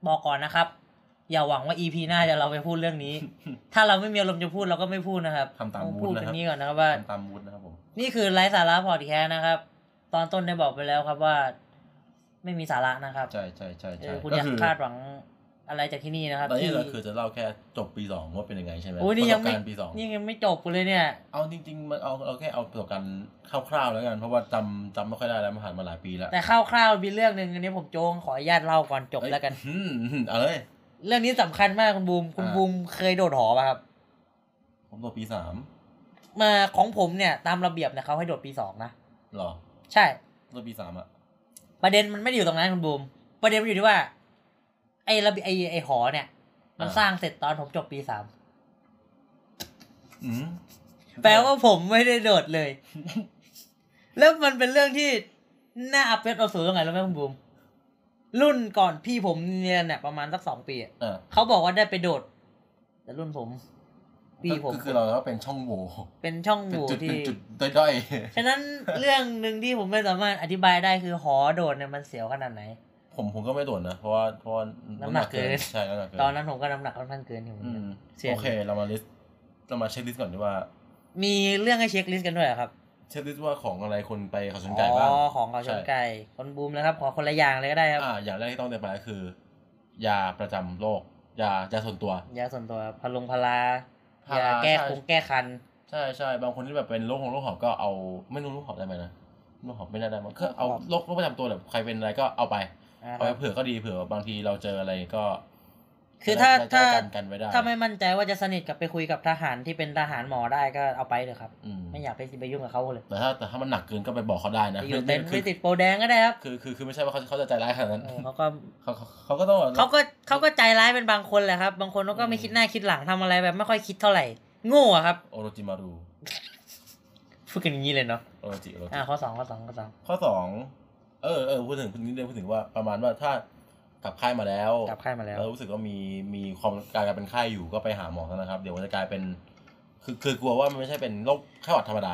B: บอกก่อนนะครับ อย่าหวังว่า EP หน้าจะเราไปพูดเรื่อง นี้ ถ้าเราไม่มีอารมณ์จะพูดเราก็ไม่พูดนะครับ
A: ทำตาม
B: ต้อง
A: มูด
B: พูด
A: นะ
B: เป็
A: ครับ
B: นนี้ก่อนนะครับว่า
A: ตามตามมูดนะครับผม
B: นี่คือไร้สาระพอดแคสต์นะครับ ตอนต้นได้บอกไปแล้วครับว่า ไม่มีสาระนะครับ
A: ใช่ใช่ใช่
B: เอ
A: ใช่
B: อคุณ
A: ก็
B: อย่า
A: คือ
B: คาดหวังอะไรจากที่นี่นะครับ
A: ตอนนี้
B: ที่
A: เราคือจะเล่าแค่จบปีสองว่าเป็นยังไงใช่ไหม
B: โอ้ยนี่ยัง
A: ป
B: ไม่
A: ระสบการณ์ปีสอง
B: นี่ยังไม่จบเลยเนี่ย
A: เอาจริงๆมันเอาเราแค่เอาประสบการณ์คร่าวๆแล้วกัน เพราะว่าจำจำไม่ค่อยได้แล้วมันผ่านมาหลายปีแล้ว
B: แต่คร่าวๆมีเรื่องหนึ่งอันนี้ผมโจงขออนุญาตเล่าก่อนจบแล้วกัน
A: เอ้ยอืมอืมเอาเลย
B: เรื่องนี้สำคัญมากคุณบูมคุณ
A: อ่า
B: บูมเคยโดดหอป่ะครับ
A: ผมตัวปีสาม
B: มาของผมเนี่ยตามระเบียบเนี่ยเขาให้โดดปีสองนะ
A: หรอ
B: ใช่
A: ตัวปีสามอ่ะ
B: ประเด็นมันไม่ได้อยู่ตรงนั้นคุณบูม ประเด็นมันอยู่ที่ว่า ไอ้ระเบียไอ้ไอ้หอเนี่ย มันสร้างเสร็จตอนผมจบปีสาม
A: อืม
B: แปลว่าผมไม่ได้โดดเลย แล้วมันเป็นเรื่องที่น่าอับเปดเอาสูงตรงไหนรู้ไหมคุณบูม รุ่นก่อนพี่ผมเนี่ยเนี่ยประมาณสักสองปีอะ
A: อ่า
B: เขาบอกว่าได้ไปโดด แต่รุ่นผม ปีผม
A: ก็คือเราก็เป็นช่องโหว่
B: เป็นช่องโห
A: เป็น
B: ว่
A: จุดเป็นจุด
B: ที่
A: ด้อย
B: ฉะนั้นเรื่องหนึ่งที่ผมไม่สามารถอธิบายได้คือหอโดดเนี่ยมันเสียวขนาดไหน
A: ๆผมผมก็ไม่โดดนะ เพราะว่าเพราะว่า
B: น้ำหนักเกิน
A: ใช่น้ำหนักเกิน
B: ตอนนั้นผมก็น้ำหนักค่อนข้างเกินอยู่เหมือ
A: อื
B: นกัน
A: ม
B: เสียง
A: โอเคเรามาลิสต์เรามาเช็คลิสต์ก่อนดีว่า
B: มีเรื่องให้เช็คลิสต์กันด้วยเหรอครับ
A: เช็คลิสต์ว่าของอะไรคนไปเขาสนใจ
B: อ๋
A: บ้าง
B: อ ของเขาชนไก่คนบูมนะครับ ขอคนละอย่างเลยก็ได้ครับ
A: อ่าอย่างแรกที่ต้องเตรียมไปก็คือ ยาประจำโรคยายาส่วนตัว
B: ยาส่วนตัวพะลงพลา
A: พาราย
B: าแก้
A: ใช่
B: คงแก้คัน
A: ใช่ใช่บางคนที่แบบเป็นโรคของโรคหอบก็เอาไม่รู้โรคหอบได้ไหมนะโรคหอบไม่น่าได้มั้งก็เอา
B: โรคหอบ
A: โรคโรคประจำตัวแบบใครเป็นอะไรก็เอาไป
B: อ่า
A: เอา
B: ค
A: ไป
B: รับ
A: เผื่อก็ดีเผื่อบางทีเราเจออะไรก็
B: คือถ้า
A: จะได้
B: ถ้า
A: กันกันไว้ได้
B: ถ้าไม่มั่นใจว่าจะสนิทกับไปคุยกับทหารที่เป็นทหารหมอได้ก็เอาไปเถอะครับ
A: อืม
B: ไม่อยากไปไปยุ่งกับเขาเลย
A: แต่ถ้าแต่ถ้ามันหนักเกินก็ไปบอกเขาได้นะ
B: ไปอยู่เต็นท์
A: คือ
B: ไม่ติดโปรแดงก็ได้ครับ
A: คือคือคือไม่ใช่ว่าเขาเขาจะใจร้ายขนาดนั้น
B: เออเขาก็
A: เขาเขาเขาก็ต้องแบบ
B: เขาก็เขาก็ใจร้ายเป็นบางคนแหละครับ บางคนเขาก็ไม่
A: อืม
B: คิดหน้าคิดหลังทำอะไรแบบไม่ค่อยคิดเท่าไหร่ โง่อะครับ
A: โอโรจิมารู
B: พูดกันอย่างนี้เลยเนาะ
A: โอโรจิโอโรจิ
B: อ่าข้อสองข้อสองข้อสอง
A: ข้อสองเออเออพูดถึงพูดถึงนิดเดียวพูดถึงว่าประมาณว่าถ้ากลับค่ายมาแล้ว
B: กลับค่ายมาแล้ว
A: แล้วรู้สึกว่ามีมีความการกลายเป็นไข้อยู่ก็ไปหาหมอซะนะครับ เดี๋ยวมันจะกลายเป็น คือคือกลัวว่ามันไม่ใช่เป็นโรคไข้หวัดธรรมดา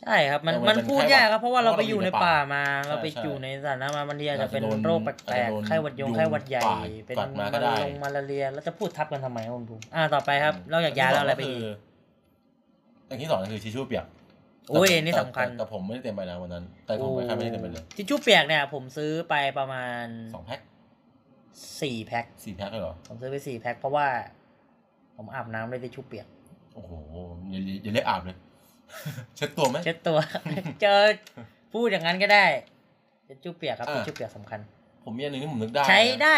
B: ใช่ครับมัน
A: เออมั
B: มัน น
A: เป็น
B: พูด
A: ไข้หวัด
B: ยากครับเพราะว่า
A: เพ
B: เรา
A: ราะ
B: ไป
A: เรา
B: อ
A: อยู่
B: ยู่ใน
A: ใน
B: ป่า
A: ป่า
B: มา
A: ใช่
B: เราไป
A: ใช่
B: อยู่ในสถานะมาบางทีอาจจะเป็น
A: อาจจะโดน
B: โรคแปลก
A: อาจจะโดน
B: ๆไข้หวัดยง
A: ยุง
B: ไข้หวัดใหญ่
A: ปาด
B: เป็น
A: กัดมาก็ได้
B: ลงมาลาเรียแล้วจะพูดทับกันทำไมครับคุณภูมิอ่าต่อไปครับนอกจากยาแล้วอะไรไปอีก
A: อันที่สองก็คือทิชชู่เปียก
B: โอ้ยอันนี้
A: แต่
B: สำคัญ
A: แต่แต่ผมไม่ได้เตรียมไปนะวันนั้น แต่ผมไปค่ายไม่ได้เตรียมไปเลย
B: ทิชชู่เปียกเนี่ยผมซื้อไปประมาณ
A: สองแพ็ค
B: สี่แพ็ค
A: สี่แพ็คเลยเหรอ
B: ผมซื้อไปสี่แพ็คเพราะว่า ผมอาบน้ำด้วยทิชชู่เปียก
A: โอ้โหอย่าอย่าเรียกอาบเลย เช็ดตัวไหม
B: เช็ด ตัว เจอพูดอย่างนั้นก็ได้ทิชชู่เปียกครับ
A: อ่า
B: ทิชชู่เปียกสำคัญ
A: ผมมีอันหนึงที่ผมนึกได้นะ
B: ใช้ได้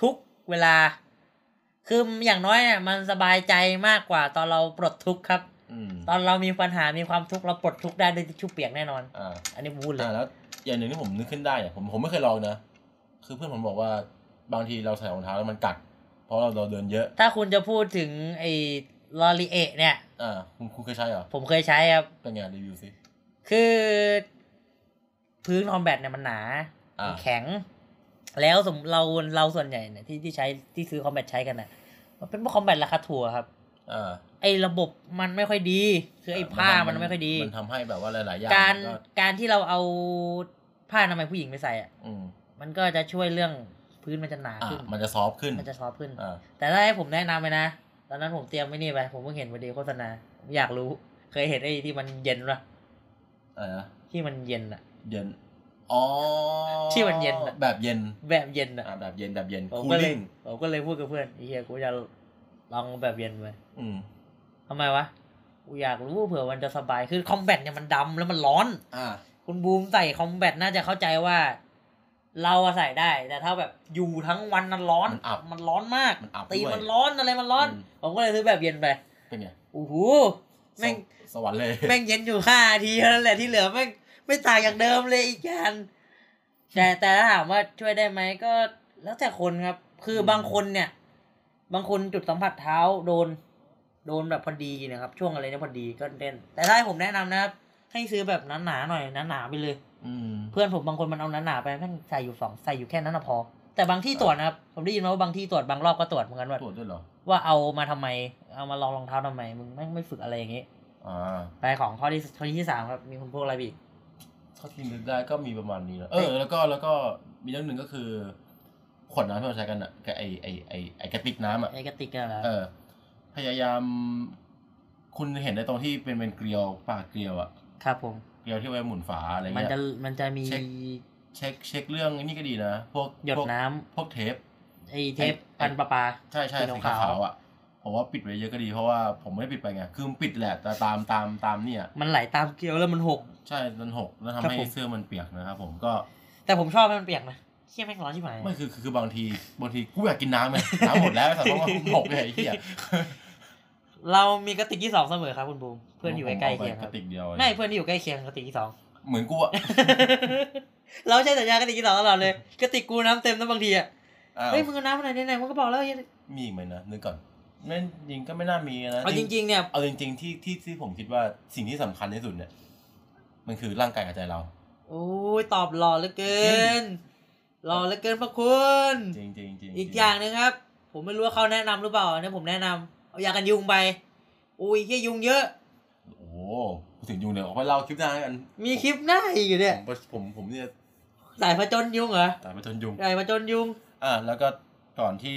B: ทุกเวลา คืออย่างน้อยเนี่ยมันสบายใจมากกว่าตอนเราปลดทุกข์ครับ
A: อืม
B: ตอนเรามีปัญหา มีความทุกข์เราปลดทุกข์ได้ด้วยทิชชู่เปียกแน่นอน
A: อ่า
B: อันนี้พูดเล
A: อ่าย แล้วอย่างหนึ่งที่ผมนึกขึ้นได้เนี่ยผมผมไม่เคยลองนะ คือเพื่อนผมบอกว่าบางทีเราใส่รองเท้าแล้วมันกัด เพราะเราเราเดินเยอะ
B: ถ้าคุณจะพูดถึงไอ้ลอรีเอะเนี่ย
A: อ่า คุณคุณเคยใช้เหรอ
B: ผมเคยใช้ครับ
A: เป็นไงรีวิวสิ
B: คือ พื้นคอมแบทเนี่ยมันหนา
A: อ่ามั
B: มันแข็ง แล้วสมเราเราส่วนใหญ่เนี่ยที่ที่ใช้ที่ซื้อคอมแบทใช้กันน่ะ มันเป็นพวกคอมแบทราคาถั่วครับ
A: อ่า
B: ไอ้ระบบมันไม่ค่อยดี คือไอ้ผ้ามันไม่ค่อยดี
A: มันทำให้แบบว่าหลาย ๆ อย่าง
B: การ
A: มัน
B: การที่เราเอาผ้าอนามัยผู้หญิงไปใส่อ่ะ
A: อืม
B: มันก็จะช่วยเรื่องพื้นมันจะหนา
A: อ่า
B: ขึ้น
A: มันจะซอฟต์ขึ้น
B: มันจะซอฟต์ขึ้น
A: อ่า
B: แต่ถ้าให้ผมแนะนำไปนะ ตอนนั้นผมเตรียมไว้นี่ไปผมเพิ่งเห็นวิดีโอโฆษณาผมอยากรู้ เคยเห็นไอ้ที่มันเย็นปะ
A: อะไรนะ
B: ที่มันเย็นอะ
A: เย็นอ๋อ
B: ที่มันเย็นอะ
A: แบบเย็น
B: แบบเย็นอะ
A: อ่าแบบเย็นแบบเย็น
B: ผม
A: คู
B: ก็เลย
A: ลิ่ง
B: ผมก็เลยพูดกับเพื่อนไอ้เฮียกูจะลองแบบเย็นไป
A: อืม
B: ทำไมวะกูอยากรู้เผื่อมันจะสบายคือคอมแบทเนี่ยมันดำแล้วมันร้อน
A: อ่า
B: คุณบูมใส่คอมแบทน่าจะเข้าใจว่า เราอะใส่ได้ แต่ถ้าแบบอยู่ทั้งวันมันร้อน
A: มันอับ
B: มันร้อนมาก
A: มันอับ
B: ตี
A: ด้วย
B: มันร้อนอะไรมันร้อน
A: อืม
B: ผมก็เลยซื้อแบบเย็นไป
A: เป็นไง
B: โอ้โหแม่ง
A: สวรรค์เลย
B: แม่งเย็นอยู่ห้านาทีเท่านั้นแหละที่เหลือแม่งไม่ต่างจากเดิมเลยอีกอยานแต่แต่ถ้าถามว่าช่วยได้ไหมก็แล้วแต่คนครับ คือ
A: ม
B: บางคนเนี่ย บางคนจุดสัมผัสเท้าโดน โดนแบบพอดีนะครับ ช่วงอะไรเนี่ยพอดีก็เล่น แต่ถ้าให้ผมแนะนำนะครับ ให้ซื้อแบบหนาๆหน่อยหนาๆไปเลย
A: อืม
B: เพื่อนผมบางคนมันเอาหนาๆไปแม่งใส่อยู่สองใส่อยู่แค่นั้นนะพอ แต่บางที่ตรวจนะครับผมได้ยินมาว่าบางที่ตรวจบางรอบก็ตรวจเหมือนกันว่า
A: ตรวจด้วยเหรอ
B: ว่าเอามาทำไม เอามาลองรองเท้าทำไมมึงแม่งไม่ฝึกอะไรอย่างงี้
A: อ่า
B: ไปของข้อที่ข้อที่สามครับ มีคุณพวกอะไรอีก
A: เท่าที่นึกได้ก็มีประมาณนี้นะเออ แล้วก็แล้วก็มีเรื่องหนึ่งก็คือ ขวดน้ำที่เราใช้กันอ่ะกับไอไอไอไอกระติกน้ำอ่ะ
B: ไอ้กระติกนั่นแหละ
A: เออ พยายาม คุณเห็นในตรงที่เป็นเป็นเกลียวปากเกลียวอ่ะ
B: ครับผม
A: เกลียวที่ไว้หมุนฝาอะไร
B: มัน
A: เงี้ย
B: จะมันจะมี
A: เช็ค เช็คเช็คเรื่องนี่ก็ดีนะ พวก
B: หยด
A: พวก
B: น้ำ
A: พวกเทป
B: ไอ้เทป
A: ไอ้
B: พันประปา
A: ใช่ใช่
B: สี
A: สี
B: ขา
A: ขาว วๆอ่ะผมว่าปิดไว้เยอะก็ดีเพราะว่าผมไม่ได้ปิดไปไง คือมันปิดแหละแต่ตามตามตามเนี่ย
B: มันไหลตามเกลียวแล้วมันหก
A: ใช่มันหกแล้วทำ
B: ค
A: ให้
B: รับผม
A: เสื้อมันเปียกนะครับผมก็
B: แต่ผมชอบให้มันเปียกนะเชี่ยแม่งร้อนใช่ไหม
A: ไม่คือคือคือบางทีบางทีกูอยากกินน้ำไงน้ำหมดแล้วแต่ต้องมาหกเลยไอ้เหี้ย
B: เรามีกระติกที่สองเสมอครับคุณบูมเพื่อนอยู่ใกล้ๆเคีย
A: ผมอาไป
B: ง
A: ก
B: ครับ
A: ระติกเดียว
B: ไม่เพื่อนที่อยู่ใกล้เคียงกระติกที่สอง
A: เหมือนกูอะ
B: เราใช้สัญญากระติกที่สองตลอดเลยกระติกกูน้ำเต็มนะบางทีอ่ะ
A: อ้าว
B: เฮ้ยมึงเอาน้ำอะไรไหนๆมึงก็บอกแล้วไอ้เหี้ย
A: มีอีกไหมนะนึกก่อนนั่นจริงก็ไม่น่ามีนะ
B: เอาจริง ๆ เนี่ย
A: เอาจริงๆที่ที่ที่ผมคิดว่าสิ่งที่สำคัญที่สุดเนี่ย มันคือร่างกายกับใจเรา
B: โอ้ยตอบหล่อเหลือเกินหล่อเหลือเกินพระคุณ
A: จริงๆจริงๆจริงๆ
B: อีกอย่างหนึงครับ ผมไม่รู้ว่าเขาแนะนำหรือเปล่าเนี่ยผมแนะนำเอายากันยุงไปอุ้ยแค่ยุงเยอะ
A: โอ้โหพูดถึงยุงเนี่ยเอาไปเล่าคลิปหน้าแล้วกัน
B: มีคลิปหน้าอีกอยู่เนี่ย
A: ผมผมผมเนี่ย
B: สายผจญยุงเหรอ
A: ตายไปจนยุง
B: สายผจญยุง
A: อ่ะแล้วก็ก่อนที่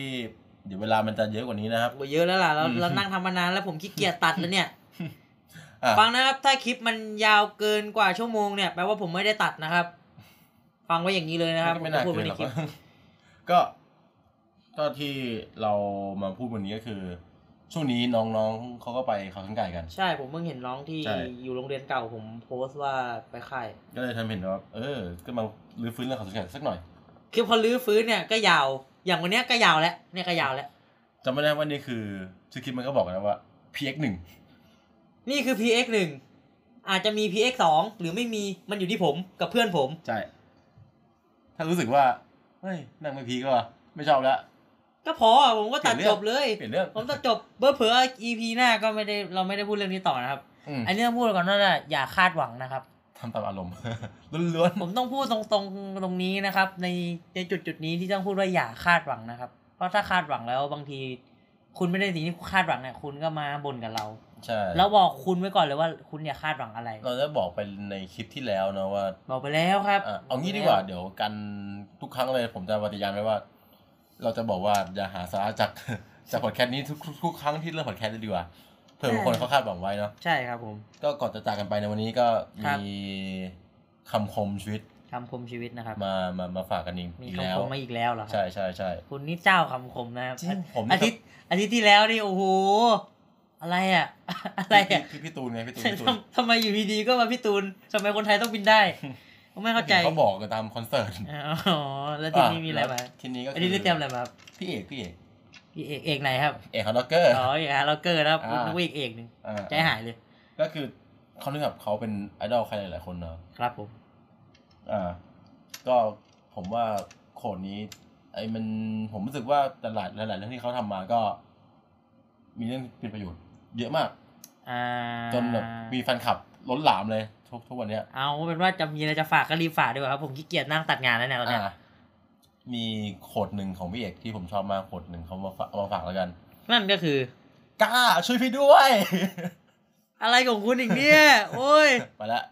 A: เดี๋ยวเวลามันจะเยอะกว่านี้นะครับ
B: โอ้ยเยอะแล้วล่ะเรา
A: อืม
B: เรานั่งทำมานานแล้วผมขี้เกียจตัดแล้วเนี่ย
A: อ่ะ
B: ฟังนะครับถ้าคลิปมันยาวเกินกว่าชั่วโมงเนี่ยแปลว่าผมไม่ได้ตัดนะครับ ฟังไว้อย่างนี้เลยนะครับ
A: ไม่น่า
B: ผพูด
A: เกิน
B: ว้
A: หรอก
B: ใคลิป
A: มั้งก็ ก็ที่เรามาพูดวันนี้ก็คือ ช่วงนี้น้องๆเขาก็ไปเขาทั้งไก่กัน
B: ใช่ผมเพิ่งเห็นน้องที่
A: ใช่
B: อยู่โรงเรียนเก่าผมโพสต์ว่าไปค่าย
A: ก็เลยทำเห็นว่าเออ ก็มารื้อฟื้นเรื่องเขาทั้งไก่สักหน่อย
B: คือพอรื้อฟื้นเนี่ยก็ยาว อย่างวันเนี้ยก็ยาวแล้วเนี่ยก็ยาวแล้ว
A: จำไม่ได้ว่านี่คือชื่อคลิปมันก็บอกนะว่า PX หนึ่ง
B: นี่คือ PX 1อาจจะมี PX 2หรือไม่มีมันอยู่ที่ผมกับเพื่อนผม
A: ใช่ ถ้ารู้สึกว่า เฮ้ยนั่งไม่พีก็วะไม่ชอบละ
B: ก็พอผมก็ตัด
A: เปลี่ยน
B: จ
A: เรื่อบ ง
B: เลย
A: เปลี่ยนเรื่อง
B: ผมตัดจบเบอร์เผลอ EP หน้าก็ไม่ได้เราไม่ได้พูดเรื่องนี้ต่อนะครับ
A: อืม
B: อันนี้ต้องพูดก่อนว่าอย่าคาดหวังนะครับ
A: ทำตามอารมณ์ ล้วน
B: ผมต้องพูดตรงๆตรงนี้นะครับ ในในจุดจุดๆนี้ที่ต้องพูดว่าอย่าคาดหวังนะครับ เพราะถ้าคาดหวังแล้วบางที คุณไม่ได้สิ่งที่คาดหวังเนี่ยคุณก็มาบ่นกับเรา
A: ๆใช่
B: เราบอกคุณไว้ก่อนเลยว่าคุณอย่าคาดหวังอะไร
A: เราจะบอกไปในคลิปที่แล้วนะว่า
B: บอกไปแล้วครับ
A: อ่ะเอางี้ดีกว่าเดี๋ยวกันทุกครั้งเลยผมจะปฏิญาณไว้ว่า เราจะบอกว่าอย่าหาสาระจาก จากพอดแคสต์นี้ทุกทุกทุกครั้งที่เริ่มพอดแคสต์เลยดีกว่าเผื่อบางคนเขาคาดหวังไว้เนาะ
B: ใช่ครับผม
A: ก็ก่อนจะจากกันไปในวันนี้ก็
B: ครับ
A: มีคำคมชีวิต
B: คำคมชีวิตนะครับ
A: มามามาฝากกันอีก
B: มี
A: อีกแล้ว
B: คำคมมาอีกแล้วเหรอครั
A: ใช่ใช่ใช่
B: คุณนี่เจ้าคำคมนะครับ
A: จริงผม
B: อาทิตย์อาทิตย์ที่แล้วนี่โอ้โหอะไรอ่ะ อะไรอ่ะ
A: พี่พี่พี่ตูนไงพี่ตูนพี่ตูน
B: ทำทำไมอยู่ดีๆก็มาพี่ตูนทำไมคนไทยต้องบินได้ผมไม่เข้าใจ
A: เขาบอกกันตามคอนเสิร์ต
B: อ๋อแล้วทีนี้มีอะไรมา
A: ทีนี้ก็
B: อันนี้ได้เตรียมอะไรมาครับ
A: พี่เอกพี่เอก
B: พี่เอกเอกไหนครับ
A: เอกฮอนด็อกเกอร์
B: อ๋อเอกฮาร์ล็อกเกอร์นะครับ
A: อ่า
B: นึกว่าอีกเอกหนึ่ง
A: อ่า
B: ใจหายเลย
A: ก็คือเขาเนื่องจากเขาเป็นไอดอลใครหลายๆคนเนาะ
B: ครับผม
A: อ่าก็ผมว่าโขนนี้ ไอ้มันผมรู้สึกว่าแต่หลายหลายๆเรื่องที่เขาทำมาก็ มีเรื่องเป็นประโยชน์ เยอะมาก
B: อ่า
A: จนแบบมีแฟนคลับล้นหลามเลยทุกทุกวันเนี้ย
B: เอาเป็นว่าจะมีอะไรจะฝากก็รีบฝากดีกว่าครับผมขี้เกียจนั่งตัดงานแล้วเนี่ยตอนเนี้ย
A: อ่ามีโขดหนึ่งของพี่เอกที่ผมชอบมากโขดหนึ่งเขามาฝากเอามาฝากแล้วกัน
B: นั่นก็คือ
A: กล้าช่วยพี่ด้วย
B: อะไรของคุณอีกเนี่ย โอ้ย
A: ไปละ